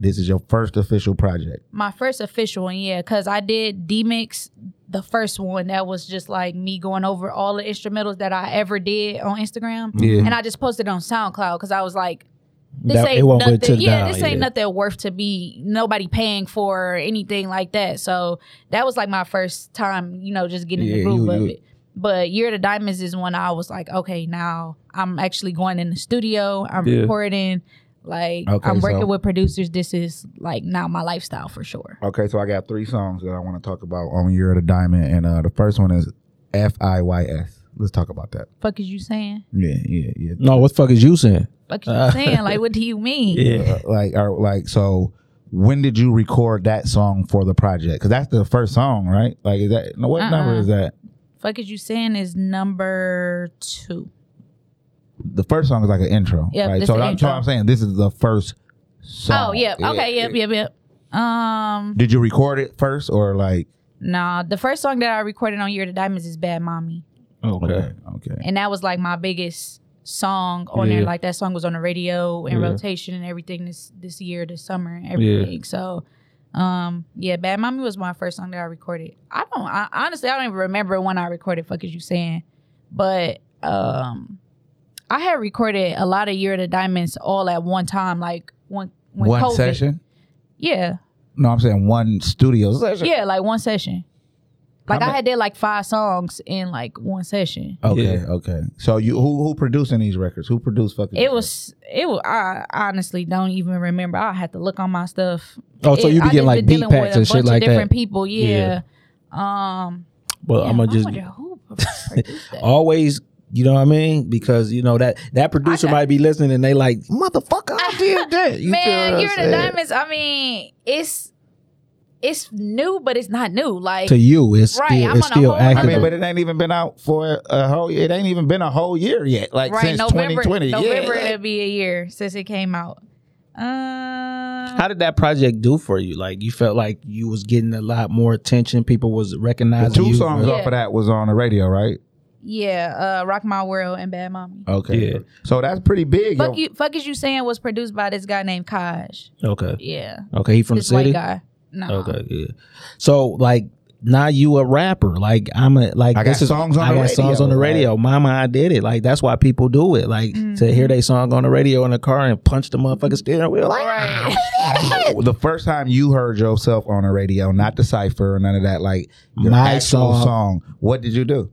S2: This is your first official project.
S4: My first official one, yeah, because I did D mix the first one that was just like me going over all the instrumentals that I ever did on Instagram,
S3: Yeah.
S4: and I just posted it on SoundCloud because I was like, this
S3: That-
S4: ain't
S3: it won't go
S4: nothing.
S3: to the
S4: yeah,
S3: down,
S4: this ain't
S3: yeah.
S4: nothing worth to be nobody paying for or anything like that. So that was like my first time, you know, just getting in the
S3: Yeah,
S4: groove
S3: you-
S4: of
S3: you-
S4: it. But Year of the Diamonds is when I was like, okay, now I'm actually going in the studio, I'm
S3: Yeah.
S4: recording, like
S2: Okay,
S4: I'm working
S2: so-
S4: with producers. This is like now my lifestyle for sure.
S2: Okay, so I got three songs that I want to talk about on Year of the Diamond, and uh, the first one is F I Y S. Let's talk about that.
S4: Fuck is you saying?
S2: Yeah, yeah, yeah.
S3: No, what the fuck is you saying?
S4: Fuck is you
S3: Uh,
S4: saying?
S3: (laughs)
S4: Like, what do you mean?
S2: Uh, like, or, like, so when did you record that song for the project? Because that's the first song, right? Like, is that no? What
S4: Uh-uh.
S2: number is that?
S4: Fuck is you saying is number two.
S2: The first song is like an intro,
S4: Yeah,
S2: right?
S4: this
S2: So
S4: the
S2: I'm, so
S4: intro.
S2: I'm saying this is the first song.
S4: Oh yeah. Okay. Yep. Yep. Yep. Um.
S2: Did you record it first or like?
S4: Nah, the first song that I recorded on Year of the Diamonds is Bad Mommy.
S2: Okay, okay.
S4: And that was like my biggest song on there.
S3: Yeah.
S4: Like that song was on the radio and rotation and everything this this year, this summer, and everything. So um yeah, Bad Mommy was my first song that I recorded. I don't I honestly I don't even remember when I recorded Fuck Is You Saying. But um I had recorded a lot of Year of the Diamonds all at one time, like one when
S2: One
S4: COVID-
S2: session?
S4: Yeah.
S2: No, I'm saying one studio session.
S4: Yeah, like one session. Like I had did like five songs in like one session.
S2: Okay, okay. So you who who producing these records? Who produced fucking?
S4: It was it was I honestly don't even remember. I had to look on my stuff.
S3: Oh, so
S4: It-
S3: you be
S4: I just
S3: getting, like,
S4: been
S3: beat
S4: dealing with
S3: packs
S4: a
S3: and shit
S4: bunch of
S3: like that.
S4: different people, yeah. Um
S3: Well,
S4: yeah,
S3: I'm gonna
S4: I
S3: just Oh,
S4: wonder who
S3: (laughs)
S4: produced that.
S3: always, you know what I mean? Because you know that that producer
S4: I-
S3: might be listening and they like, motherfucker,
S4: (laughs)
S3: I did that. You feel what
S4: Man,
S3: I'm
S4: Year of the
S3: saying?
S4: Diamonds, I mean, it's it's new, but it's not new. Like
S3: To you, it's
S4: Right,
S3: still
S4: I'm
S3: it's
S4: on a
S3: still
S4: whole nother-
S3: active.
S2: I mean, but it ain't even been out for a whole. It ain't even been a whole year yet. Like
S4: right
S2: since
S4: November
S2: 2020.
S4: November
S2: yeah.
S4: it'll be a year since it came out. Uh
S3: How did that project do for you? Like you felt like you was getting a lot more attention. People was
S2: The
S3: recognizing
S2: two
S3: you.
S2: songs
S4: Yeah.
S2: off of that was on the radio, right?
S4: Yeah, uh, Rock My World and Bad Mommy.
S2: Okay.
S3: Yeah.
S2: So that's pretty big.
S4: Fuck
S2: yo.
S4: you, fuck is you saying was produced by this guy named Kaj.
S3: Okay,
S4: Yeah,
S3: okay, he from
S4: this
S3: the city.
S4: white guy. No,
S3: Okay, yeah. So like now you a rapper. Like I'm a like
S2: I got
S3: this is,
S2: songs on
S3: I
S2: the
S3: got
S2: radio,
S3: songs on the
S2: like-
S3: radio. Mama, I did it. Like that's why people do it. Like
S4: Mm-hmm.
S3: to hear they song on the radio in the car and punch the motherfucking steering wheel. Like
S4: right.
S2: (laughs) The first time you heard yourself on the radio, not the cipher or none of that, like your
S3: My
S2: actual
S3: song.
S2: song. What did you do?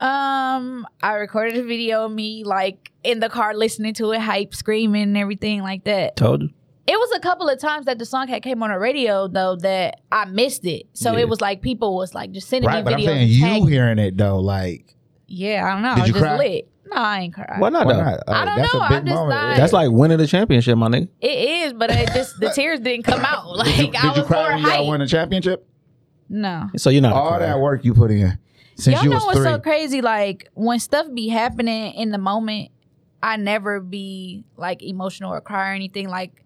S4: um, I recorded a video of me like in the car listening to it, hype, screaming, and everything like that.
S3: told you.
S4: It was a couple of times that the song had came on the radio though that I missed it, so it was like people was like just sending
S2: Right,
S4: me
S2: but I'm
S4: videos.
S2: saying
S4: and
S2: you
S4: tagging-
S2: hearing it though, like
S4: yeah, I don't know.
S2: Did
S4: I was
S2: you
S4: just
S2: cry?
S4: lit. No, I ain't crying.
S3: Why not?
S2: why
S3: though?
S2: not?
S4: I
S2: Like,
S4: don't
S2: that's
S4: know.
S2: a
S4: I'm
S2: big
S4: just
S2: moment.
S4: not-
S3: That's like winning the championship, my nigga.
S4: It is, but it just the tears didn't come out. Like I
S2: Did you
S4: was
S2: cry
S4: more
S2: when y'all
S4: hype.
S2: won the championship?
S4: no.
S3: So you're not. a
S2: All
S3: rapper.
S2: that work you put in since
S4: Y'all
S2: you
S4: know
S2: was
S4: what's
S2: three.
S4: so crazy? Like when stuff be happening in the moment, I never be like emotional or cry or anything. Like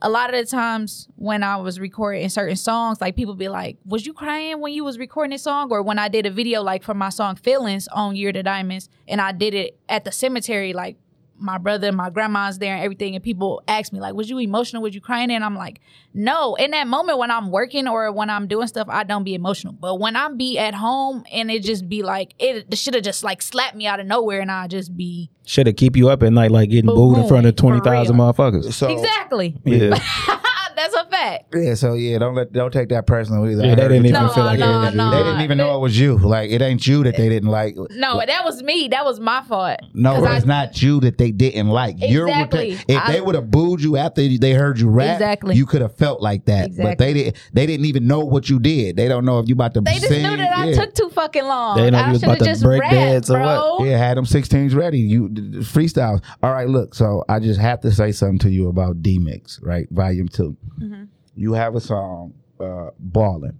S4: a lot of the times when I was recording certain songs, like people be like, "Was you crying when you was recording this song?" Or when I did a video like for my song "Feelings" on "Year of the Diamonds," and I did it at the cemetery, like my brother and my grandma's there and everything, and people ask me like, "Was you emotional? Was you crying?" And I'm like, "No." In that moment when I'm working or when I'm doing stuff, I don't be emotional. But when I'm be at home and it just be like it should have just like slapped me out of nowhere, and I just be
S3: Should have keep you up at night, like getting booed in front of
S4: Booing,
S3: twenty
S4: for
S3: thousand
S4: real.
S3: motherfuckers.
S8: So
S4: exactly.
S3: Yeah,
S2: (laughs)
S4: That's a fact.
S2: Yeah, so yeah, don't let don't take that personal either. I
S3: yeah, they
S2: heard
S3: didn't
S2: you.
S3: even
S4: No,
S3: feel like
S4: no,
S3: it was you.
S4: no.
S2: They didn't even know it was you. Like it ain't you that they didn't like.
S4: No, that was me. That was my fault.
S2: No,
S4: 'Cause I-
S2: it's not you that they didn't like. You're with the-
S4: Exactly.
S2: if they
S4: I-
S2: would have booed you after they heard you rap,
S4: Exactly.
S2: you could have felt like that. But they
S4: Exactly.
S2: didn't. They didn't even know what you did. They don't know if you about to.
S4: They just
S2: sing.
S4: knew that I
S2: yeah.
S4: took too fucking long.
S3: They didn't know
S4: I
S3: you was
S4: shoulda
S3: about to
S4: just
S3: break
S4: rapped,
S3: dance or
S4: bro.
S2: Yeah, had them 16s ready. You d- d- freestyles. All right, look. So I just have to say something to you about D Mix, right? Volume 2
S4: Mm-hmm.
S2: You have a song, uh, Ballin'.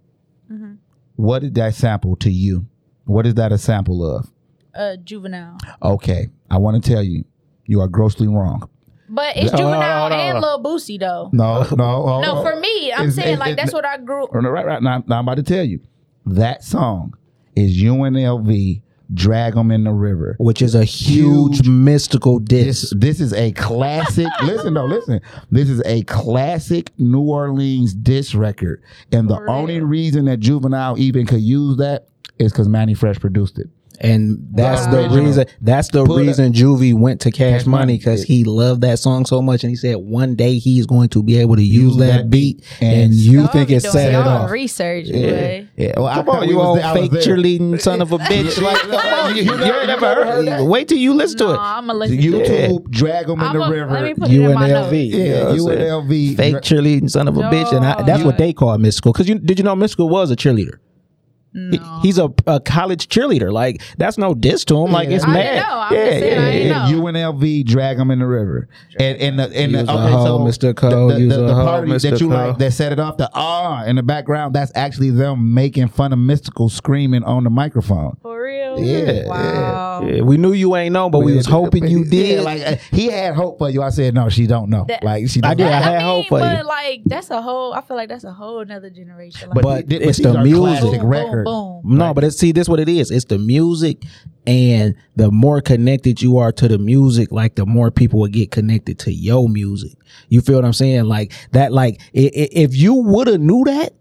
S4: Mm-hmm.
S2: What did that sample to you? What is that a sample of?
S4: Uh, juvenile.
S2: Okay, I want to tell you, you are grossly wrong.
S4: But it's
S3: Hold on,
S4: juvenile
S3: hold on,
S4: and
S3: hold
S4: Lil Boosie though.
S2: No, (laughs) oh, no, hold
S4: No,
S2: on.
S4: for me, I'm
S2: It's-
S4: saying
S2: it-
S4: like
S2: it-
S4: that's what I grew.
S2: Oh, no, right, right. Now, now I'm about to tell you. That song is UNLV, Drag 'em in the River.
S3: Which is a huge, mystical
S2: This
S3: diss.
S2: this is
S4: (laughs)
S2: a classic. listen though, listen. This is a classic New Orleans diss record, and the only reason that Juvenile even could use that is because Manny Fresh produced it.
S3: And that's
S2: Wow.
S3: the
S2: Original.
S3: reason. That's the
S2: Put a-
S3: reason Juvie went to Cash
S2: Cash Money
S3: Money because
S2: did.
S3: he loved that song so much, and he said one day he's going to be able to use, that, beat. And,
S2: and
S3: you
S4: Y'all
S3: think
S4: be
S3: it
S4: doing
S3: set it
S4: y'all
S3: off?
S4: Research,
S2: Yeah,
S4: boy.
S2: yeah. Well,
S3: Come
S2: I,
S3: on,
S2: we
S3: you
S2: was
S3: old
S2: there- I was
S3: fake
S2: there.
S3: cheerleading son (laughs) of a bitch! Like, come on, (laughs) you, you, ain't never heard that. Wait till you listen
S4: No,
S3: to it.
S4: I'm gonna listen. to it.
S2: YouTube, Drag 'em in
S4: I'm
S2: the
S4: a-
S2: river.
S4: let me put it in my notes.
S3: UNLV.
S2: Yeah,
S3: you know what I'm saying?
S2: UNLV.
S3: Fake cheerleading son of a bitch. And I, that's
S4: Yeah.
S3: what they call Mystical. Because you did you know Mystical was a cheerleader? He- he's a, a college cheerleader. Like, that's no diss to him. Like, it's
S4: I
S3: mad.
S4: didn't know. I'm just saying I didn't know.
S2: UNLV, drag them in the river, and and the and the,
S3: Use
S2: okay,
S3: a hoe,
S2: so
S3: Mr. Cole,
S2: the, the,
S3: use
S2: the,
S3: a
S2: the
S3: hoe,
S2: party
S3: Mr.
S2: that you
S3: Cole.
S2: like that set it off, the ah in the background, that's actually them making fun of mystical screaming on the microphone.
S4: For real.
S2: Yeah, yeah,
S4: Wow.
S3: Yeah, we knew you ain't know, but we was hoping you did.
S2: Yeah, like uh, he had hope for you. I said no, she don't know.
S4: That-
S2: like she,
S3: I
S2: doesn't
S3: did. I
S2: know.
S3: had
S4: I mean,
S3: hope for
S4: but
S3: you.
S4: like that's a whole. I feel like that's a whole another generation. Like,
S2: But,
S3: But
S2: th-
S3: it's
S2: these
S3: the
S2: are
S3: music.
S2: classic
S4: boom, boom,
S2: record.
S4: boom.
S3: No, but it's see, this what it is. It's the music, and the more connected you are to the music, like the more people will get connected to your music. You feel what I'm saying? Like that. Like i- i- if you would have knew that,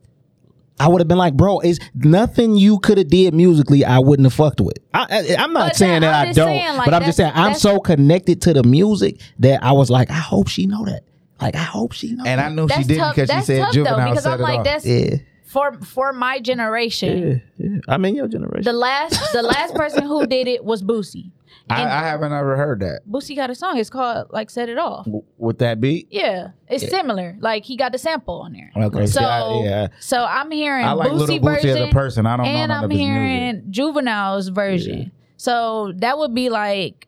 S3: I would have been like, bro, it's nothing you could have did musically. I wouldn't have fucked with. I, I, am not
S4: But
S3: saying
S4: that-
S3: that,
S4: I'm
S3: I
S4: just
S3: don't,
S4: saying, like,
S3: but I'm just saying
S4: that's-
S3: I'm
S4: that's-
S3: so connected to the music that I was like, I hope she know that. Like I hope she know.
S2: And
S3: that.
S2: I knew Oh, she
S4: That's
S2: didn't
S4: tough.
S2: because she
S4: That's
S2: said
S4: tough though
S2: juvenile
S4: because
S2: set
S4: I'm
S2: it
S4: like
S2: off.
S4: that's
S3: yeah,
S4: for for my generation.
S3: yeah, yeah. I mean your generation.
S4: The last the last person who did it was Boosie.
S2: (laughs) I,
S4: and-
S2: I haven't ever heard that
S4: Boosie got a song. It's called like "Set It Off."
S2: with that beat.
S4: Yeah, it's similar. Like he got the sample on there.
S2: Okay,
S4: So
S2: see, I- yeah.
S4: so I'm hearing
S2: I like Little
S4: Boosie
S2: Boosie
S4: version
S2: as a person. I don't know
S4: and
S2: none
S4: I'm
S2: of his music.
S4: hearing Juvenile's version. So that would be like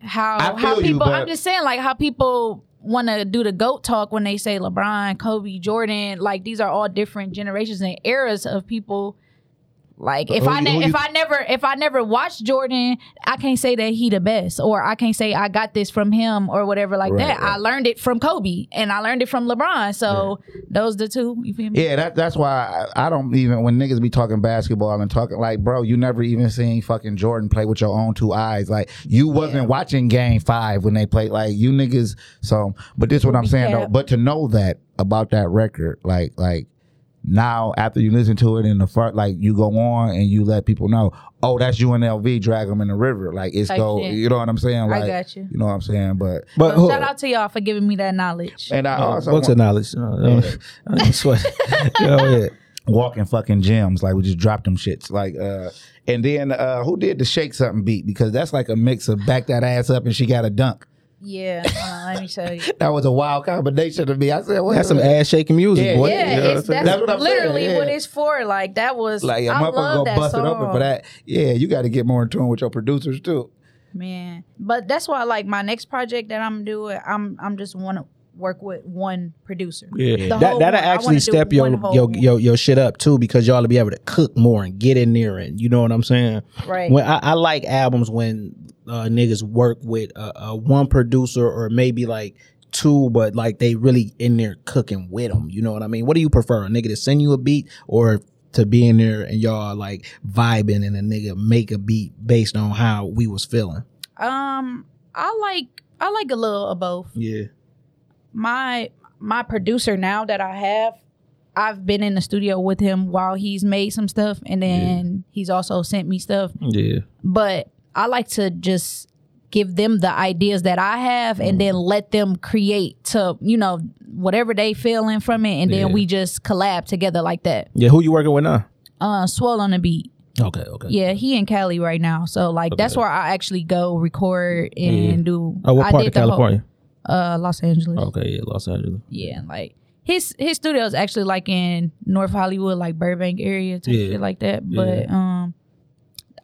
S4: how
S2: I
S4: how
S2: feel you,
S4: people. I'm
S2: but-
S4: just saying like how people want to do the goat talk when they say LeBron, Kobe, Jordan. Like these are all different generations and eras of people. Like if
S2: Who
S4: I
S2: you-
S4: ne-
S2: who
S4: if
S2: you-
S4: I never if I never watched Jordan, I can't say that he the best, or I can't say I got this from him or whatever like that. I learned it from Kobe and I learned it from LeBron. So those the two. You feel me?
S2: Yeah, that, that's why I, I don't even when niggas be talking basketball and talking like, bro, you never even seen fucking Jordan play with your own two eyes. Like you wasn't watching Game Five when they played. Like you niggas. So, but this what I'm saying though.
S4: Recap.
S2: But to know that about that record, like like now after you listen to it in the front, like you go on and you let people know, oh, that's UNLV, drag them in the river. Like it's
S4: Type
S2: go.
S4: shit.
S2: You know what I'm saying?
S4: I
S2: Like
S4: got you.
S2: You know what I'm saying? But
S3: but
S4: So
S3: who-
S4: shout out to y'all for giving me that knowledge.
S2: and I
S3: Oh,
S2: also
S3: books
S2: want-
S3: of knowledge. No, no, (laughs) I don't sweat. oh yeah.
S2: walking fucking gems. Like we just dropped them shits. Like uh and then uh who did the shake something beat? Because that's like a mix of back that ass up and she got a dunk.
S4: Yeah, hold on, let me show
S2: (laughs)
S4: you.
S2: That was a wild combination to me. I said, what
S3: That's some
S2: the-
S3: ass shaking music,
S2: Yeah,
S3: boy.
S4: Yeah,
S2: You know
S4: it's,
S2: what I'm saying?
S4: that's,
S2: That's what I'm saying,
S4: literally what
S2: yeah.
S4: it's for. Like that was
S2: (laughs) like a
S4: I
S2: motherfucker
S4: love
S2: gonna
S4: that
S2: bust
S4: song.
S2: it open for that. Yeah, you gotta get more in tune with your producers too.
S4: man. But that's why like my next project that I'm doing, I'm I'm just want to work with one producer.
S3: Yeah.
S4: The
S3: That
S4: whole
S3: that'll
S4: one. I wanna
S3: actually
S4: do
S3: step
S4: one
S3: your
S4: whole
S3: your,
S4: one.
S3: your your shit up too because y'all will be able to cook more and get in there and you know what I'm saying.
S4: Right.
S3: When I, I like albums when uh, niggas work with uh, uh, one producer or maybe like two, but like they really in there cooking with them. You know what I mean? What do you prefer, a nigga to send you a beat or to be in there and y'all like vibing and a nigga make a beat based on how we was feeling?
S4: Um, I like I like a little of both.
S3: Yeah.
S4: my my producer now that I have, I've been in the studio with him while he's made some stuff, and then he's also sent me stuff.
S3: Yeah.
S4: But I like to just give them the ideas that I have, and then
S3: Mm.
S4: let them create to you know whatever they feeling from it, and then
S3: Yeah.
S4: we just collab together like that.
S3: Yeah. Who you working with now?
S4: Uh, swell on the beat.
S3: Okay. Okay.
S4: Yeah, he in Cali right now, so like that's where I actually go record and do.
S3: Oh, what
S4: I
S3: part
S4: did
S3: of
S4: the whole-
S3: California?
S4: uh, Los Angeles.
S3: okay. Yeah. Los Angeles.
S4: Yeah, and, like his his studio is actually like in North Hollywood, like Burbank area, type
S3: Yeah.
S4: shit like that. But um,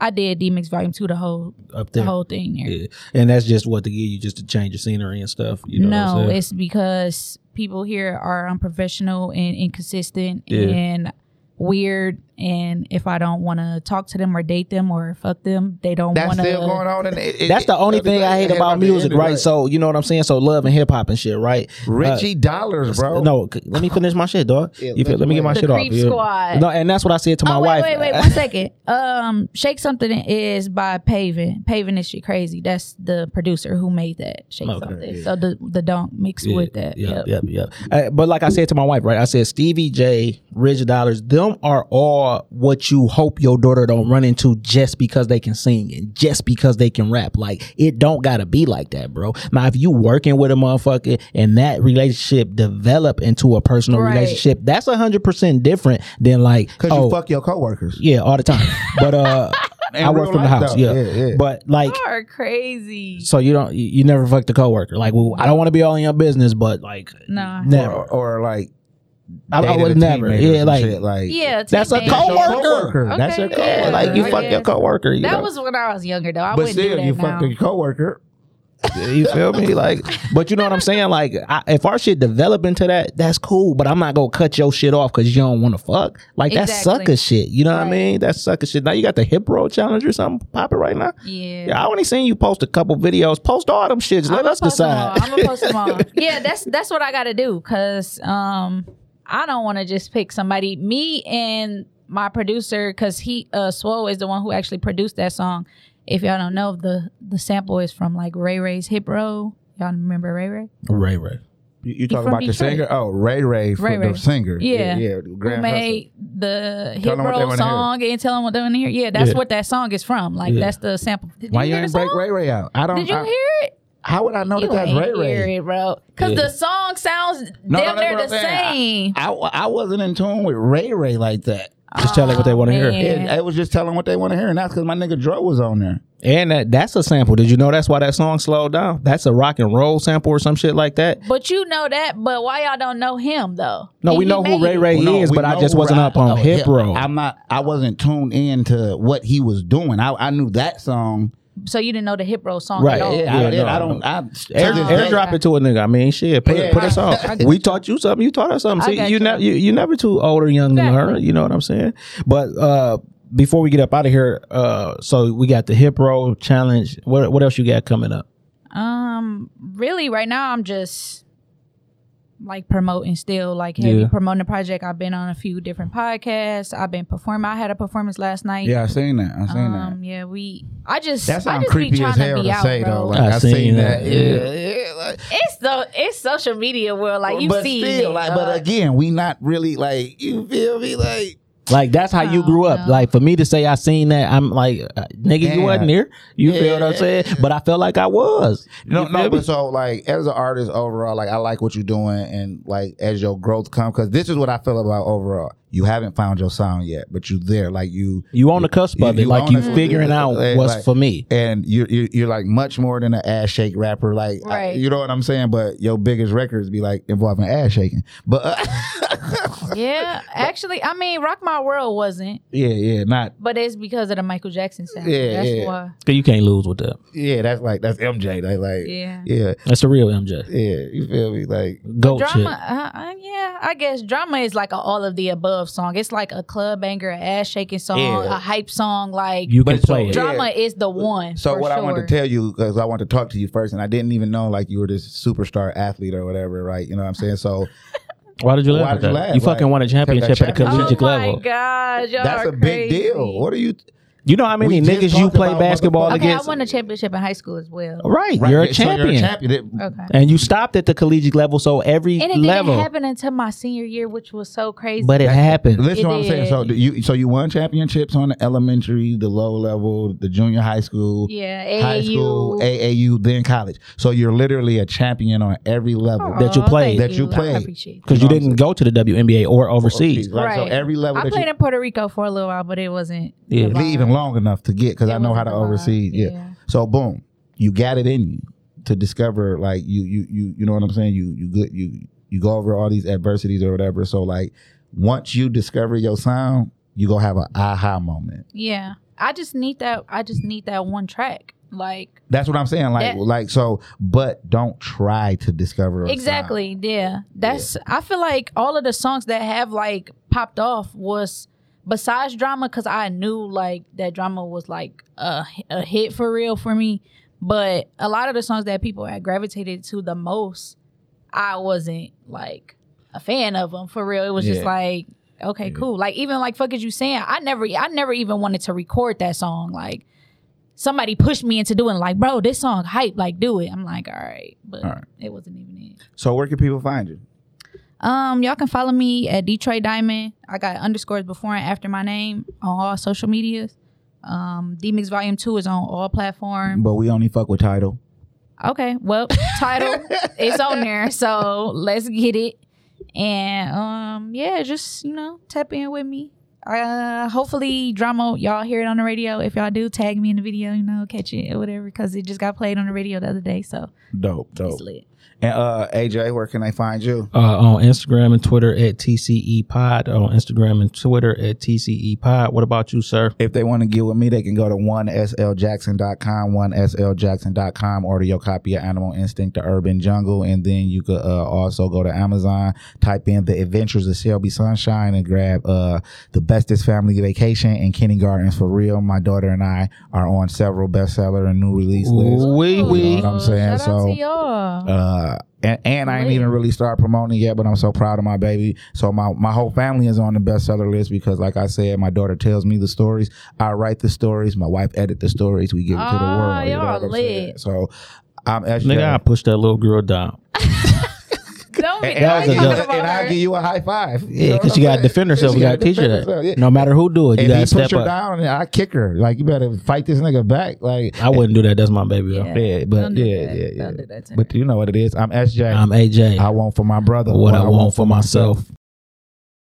S4: I did D Mix Volume Two, the whole
S3: Up
S4: the
S3: there.
S4: whole thing there.
S3: Yeah. And that's just what to give you just to change the scenery and stuff. You know what I'm
S4: no,
S3: saying?
S4: it's because people here are unprofessional and inconsistent
S3: Yeah.
S4: and weird. And if I don't want to talk to them or date them or fuck them, they don't
S2: That's
S4: want
S2: still going
S4: to.
S2: on. And it, it-
S3: That's the only
S2: it-
S3: thing I hate
S2: it-
S3: about
S2: it- it-
S3: music, right? So you know what I'm saying. So love and hip hop and shit, right? Uh,
S2: Richie Dollars, bro.
S3: No, c- let me finish my shit, dog.
S2: Yeah,
S3: you feel,
S2: let
S3: let me
S2: you
S3: get my
S4: The
S3: shit off.
S4: Creep
S3: yeah.
S4: Squad.
S3: No, and that's what I said to my
S4: oh, wait,
S3: wife.
S4: wait, wait, one second. (laughs) Um, Shake Something is by Pavin. Pavin is shit crazy. That's the producer who made that Shake
S3: Okay,
S4: Something. So the the don't mix with that.
S3: Yep,
S4: Yep.
S3: yep, yep. Uh, but like I said to my wife, right? I said Stevie J, Rich Dollars, them are all what you hope your daughter don't run into just because they can sing and just because they can rap. Like it don't gotta be like that, bro. Now if you working with a motherfucker and that relationship develop into a personal
S4: Right.
S3: relationship, that's hundred percent different than like
S2: Because
S3: oh,
S2: you fuck your coworkers.
S3: yeah, all the time.
S2: (laughs)
S3: But uh, I
S2: real
S3: work from the
S2: life,
S3: house.
S2: though.
S3: Yeah.
S2: Yeah, yeah.
S3: but like.
S4: You are crazy.
S3: So you don't you, you never fucked a coworker. Like well, I don't want to be all in your business, but like
S4: Nah.
S3: never.
S2: Or, or like,
S3: I, I
S2: dated
S3: would
S2: a
S3: never.
S2: teammate or
S3: Yeah,
S2: some
S3: like
S2: shit, like
S4: Yeah,
S3: that's a
S4: teammate.
S3: coworker.
S2: coworker.
S4: That's
S3: That's
S4: your Okay,
S3: your
S4: coworker.
S3: coworker.
S4: yeah.
S3: Like you
S4: I
S3: fuck your
S4: guess.
S3: coworker. You
S4: That
S3: know?
S4: was when I was younger, though. I
S2: but
S4: wouldn't do
S2: still,
S4: that
S2: you
S4: now.
S2: fucked your coworker.
S3: you
S4: (laughs)
S3: feel me? Like, but you know what I'm saying? Like, I, if our shit develop into that, that's cool. But I'm not gonna cut your shit off because you don't want to fuck. Like that's
S4: Exactly.
S3: sucker shit. You know what I
S4: Right.
S3: mean? That's sucker shit. Now you got the hip roll challenge or something popping right now.
S4: Yeah.
S3: Yeah, I only seen you post a couple videos. Post all them shits. Let
S4: I'ma
S3: us decide.
S4: I'm gonna post them all.
S2: (laughs)
S4: yeah, that's that's what I got to do because um, I don't want to just pick somebody. Me and my producer, because he uh, Swole is the one who actually produced that song. If y'all don't know, the the sample is from like Ray Ray's Hip Row. Y'all remember Ray Ray?
S3: Right, right.
S2: You, you talking
S4: from
S2: about the
S4: Detroit.
S2: singer? Oh, Ray Ray, for
S4: Ray Ray.
S2: the singer.
S4: Yeah.
S2: yeah. yeah
S4: Who
S2: Grand Hustle.
S4: made the
S2: Tell
S4: Hip
S2: 'em what they
S4: Row
S2: wanna
S4: song and tell them what they want to hear? Yeah, that's
S3: Yeah.
S4: what that song is from. Like that's the sample. Did
S2: Why you
S4: hear the
S2: ain't break
S4: song?
S2: Ray Ray out? I don't.
S4: Did you
S2: I-
S4: hear it?
S2: How would I know that
S4: You
S2: that's
S4: ain't
S2: Ray Ray?
S4: hear it, bro. Because the song sounds
S2: No, no,
S4: damn
S2: that's
S4: near
S2: what I'm
S4: the same.
S2: saying. I, I wasn't in tune with Ray Ray like that.
S3: Just tell them what they want to hear.
S4: man.
S2: It, it was just telling what they want to hear, and that's because my nigga Dro was on there.
S3: And that, that's a sample. Did you know that's why that song slowed down? That's a rock and roll sample or some shit like that.
S4: But you know that. But why y'all don't know him though?
S3: No,
S4: And
S3: we
S4: he
S3: know who
S4: made
S3: Ray
S4: it.
S3: Ray
S2: Well, no,
S3: is,
S2: we
S3: but I
S2: know
S3: just
S2: who
S3: wasn't
S2: Ra-
S3: up on
S2: oh,
S3: Hip
S2: yeah.
S3: Row.
S2: I'm not. I wasn't tuned in to what he was doing. I, I knew that song.
S4: So you didn't know the hip row song
S3: Right.
S4: at all.
S2: Yeah,
S3: Yeah,
S2: I, did.
S3: no,
S2: I don't. I,
S3: Air,
S2: to this
S3: air
S2: day-
S3: drop it to a nigga. I mean, shit. Put,
S2: Yeah.
S3: put us on.
S4: I got
S3: We taught you something. You taught us something.
S4: I
S3: See,
S4: got
S3: you
S4: you.
S3: never you, you never too old or young to
S4: Exactly.
S3: learn. You know what I'm saying? But uh, before we get up out of here, uh, so we got the hip roll challenge. What what else you got coming up?
S4: Um, really, right now I'm just like promoting still, like heavy
S3: Yeah.
S4: promoting the project. I've been on a few different podcasts. I've been performing. I had a performance last night.
S2: Yeah, I seen that. I seen
S4: Um, yeah, we. I just.
S2: that. That
S4: I
S2: sounds
S4: just be
S2: creepy as
S4: trying
S2: hell
S4: be
S2: to
S4: out,
S2: say
S4: bro.
S2: though. Like
S3: I
S2: I,
S3: seen
S2: seen,
S3: that,
S2: that.
S3: yeah.
S2: Yeah. yeah, like-
S4: It's the it's social media world. Like you
S2: but
S4: see, uh,
S2: still, like, but again, we not really like you feel me, like
S3: Like that's how you
S4: Oh,
S3: grew up.
S4: no.
S3: Like for me to say I seen that, I'm like, uh, nigga, you
S2: Yeah.
S3: wasn't here. You feel what I'm
S2: Yeah.
S3: saying? But I felt like I was.
S2: No,
S3: You feel
S2: no,
S3: me?
S2: but so like as an artist overall, like I like what you're doing, and like as your growth comes, because this is what I feel about overall. You haven't found your sound yet, but you there, like you,
S3: you on the cusp of
S2: You-
S3: it.
S2: you
S3: Like
S2: on
S3: you
S2: it.
S3: figuring out
S2: Like-
S3: what's
S2: like-
S3: for me.
S2: and you, you you're like much more than an ass shake rapper, like I-
S4: Right.
S2: you know what I'm saying. But your biggest records be like involving ass shaking, but uh, (laughs)
S4: yeah, actually, I mean, Rock My World wasn't,
S2: yeah, yeah, not
S4: but it's because of the Michael Jackson sound.
S2: Yeah,
S4: that's
S2: yeah.
S4: why.
S3: Cause you can't lose with that.
S2: yeah, that's like that's MJ, like like
S4: Yeah.
S2: yeah,
S3: That's the real MJ.
S2: yeah, you feel me, like
S3: Goat shit.
S4: Drama, uh, uh, yeah, I guess drama is like a all of the above song. It's like a club banger, an ass shaking song,
S2: Yeah.
S4: a hype song. Like
S3: You can
S2: it's so-
S3: play it.
S2: yeah.
S4: drama is the one.
S2: So
S4: for
S2: what I wanted
S4: sure.
S2: to tell you because I want to talk to you first, and I didn't even know like you were this superstar athlete or whatever, right? You know what I'm saying? So
S3: Why did you laugh?
S2: Why
S3: at
S2: did you
S3: that?
S2: laugh?
S3: fucking
S2: Like,
S3: won a championship
S2: take that
S3: at the
S2: championship.
S3: collegiate
S4: oh my
S3: level.
S4: God, Oh y'all
S2: that's
S4: are
S2: a big
S4: crazy.
S2: deal. What are you?
S3: You know how many
S2: We just
S3: niggas you
S2: talked
S3: play
S2: about
S3: basketball
S2: motherfuckers-
S4: Okay, I
S3: against?
S4: won a championship in high school as well.
S3: Right,
S2: Right,
S3: you're a
S2: yeah, so
S3: champion.
S2: You're a champion. That-
S4: Okay.
S3: And you stopped at the collegiate level, so every
S4: And it
S3: level,
S4: didn't happen until my senior year, which was so crazy.
S3: but it happened.
S2: Listen to what I'm
S4: It
S2: saying.
S4: is.
S2: So do you so you won championships on the elementary, the low level, the junior high school,
S4: yeah,
S2: high school,
S4: AAU.
S2: AAU, then college. So you're literally a champion on every level.
S4: Aw,
S3: that you played.
S4: oh, thank
S2: That you played.
S4: I appreciate that.
S3: because you didn't go to the WNBA or overseas.
S2: Like, So
S4: Right.
S2: every level
S4: I
S2: that you
S4: played in Puerto Rico for a little while, but it wasn't.
S3: Yeah.
S4: the
S2: leave even
S4: vibe.
S2: long enough to get because
S4: It
S2: I know how to
S4: wasn't a lot,
S2: oversee. Yeah.
S4: yeah.
S2: So boom, you got it in you to discover like you you you you know what I'm saying. You you good you you go over all these adversities or whatever. So like once you discover your sound, you gonna have an aha moment.
S4: Yeah, I just need that. I just need that one track. Like
S2: That's what I'm saying. Like
S4: Yeah.
S2: like so, but don't try to discover a sound.
S4: exactly. Yeah, that's. I feel like all of the songs that have like popped off was besides drama because I knew like that drama was like a a hit for real for me. But a lot of the songs that people had gravitated to the most, I wasn't like a fan of them for real. It was just
S2: Yeah.
S4: like. Okay, cool. Like even like fuck is you saying? I never, I never even wanted to record that song. Like somebody pushed me into doing like, bro, this song hype, like do it. I'm like, all right, but
S2: All right.
S4: it wasn't even it.
S2: So where can people find you?
S4: Um, y'all can follow me at Detroit Diamond. I got underscores before and after my name on all social medias. Um, DMix Volume Two is on all platforms.
S2: But we only fuck with title.
S4: Okay, well, title it's on there, so let's get it. And um, yeah, just you know, tap in with me. Uh, hopefully, drama y'all hear it on the radio. If y'all do, tag me in the video, you know, catch it or whatever, because it just got played on the radio the other day, so
S2: Dope,
S4: it's
S2: dope.
S4: lit.
S2: And uh, AJ, where can they find you?
S3: uh, on Instagram and Twitter at TCE Pod. On Instagram and Twitter at TCE Pod. What about you, sir?
S2: If they want to get with me, they can go to 1sljackson.com, 1sljackson.com, order your copy of Animal Instinct, The Urban Jungle, and then you could uh, also go to Amazon, type in The Adventures of Shelby Sunshine, and grab uh, The Bestest Family Vacation and Kindergartens for Real. My daughter and I are on several bestseller and new release lists.
S3: Wee
S2: You
S3: wee.
S2: know what I'm saying?
S4: Shout out
S2: So-
S4: to y'all.
S2: Uh, and, and I ain't
S4: Lit.
S2: even really started promoting yet, but I'm so proud of my baby. So my, my whole family is on the bestseller list because, like I said, my daughter tells me the stories. I write the stories. My wife edit the stories. We give it to the
S4: Ah,
S2: world.
S4: y'all
S2: what I'm
S4: lit.
S2: saying? So I'm actually.
S3: Nigga, I pushed that little girl down.
S4: Don't be
S2: (laughs) and, and, I
S3: was a
S4: talking
S2: give,
S3: joke.
S4: about
S2: (laughs) and I
S4: her.
S2: give you a high five. You know
S3: Yeah,
S2: what
S3: because
S2: I'm
S3: you got to
S2: saying?
S3: defend herself.
S2: She
S3: You got
S2: gotta
S3: to teach her
S2: defend herself, yeah.
S3: that. No matter who do it, you
S2: If
S3: got to
S2: he push
S3: step
S2: her
S3: up.
S2: down, and I kick her. Like you better fight this nigga back. Like
S3: I wouldn't do that. That's my baby. though.
S2: yeah, but
S4: Don't do
S2: yeah,
S4: that.
S2: yeah, yeah.
S4: Don't do that to her.
S2: But you know what it is. I'm SJ.
S3: I'm AJ.
S2: I want for my brother
S3: what I want for myself.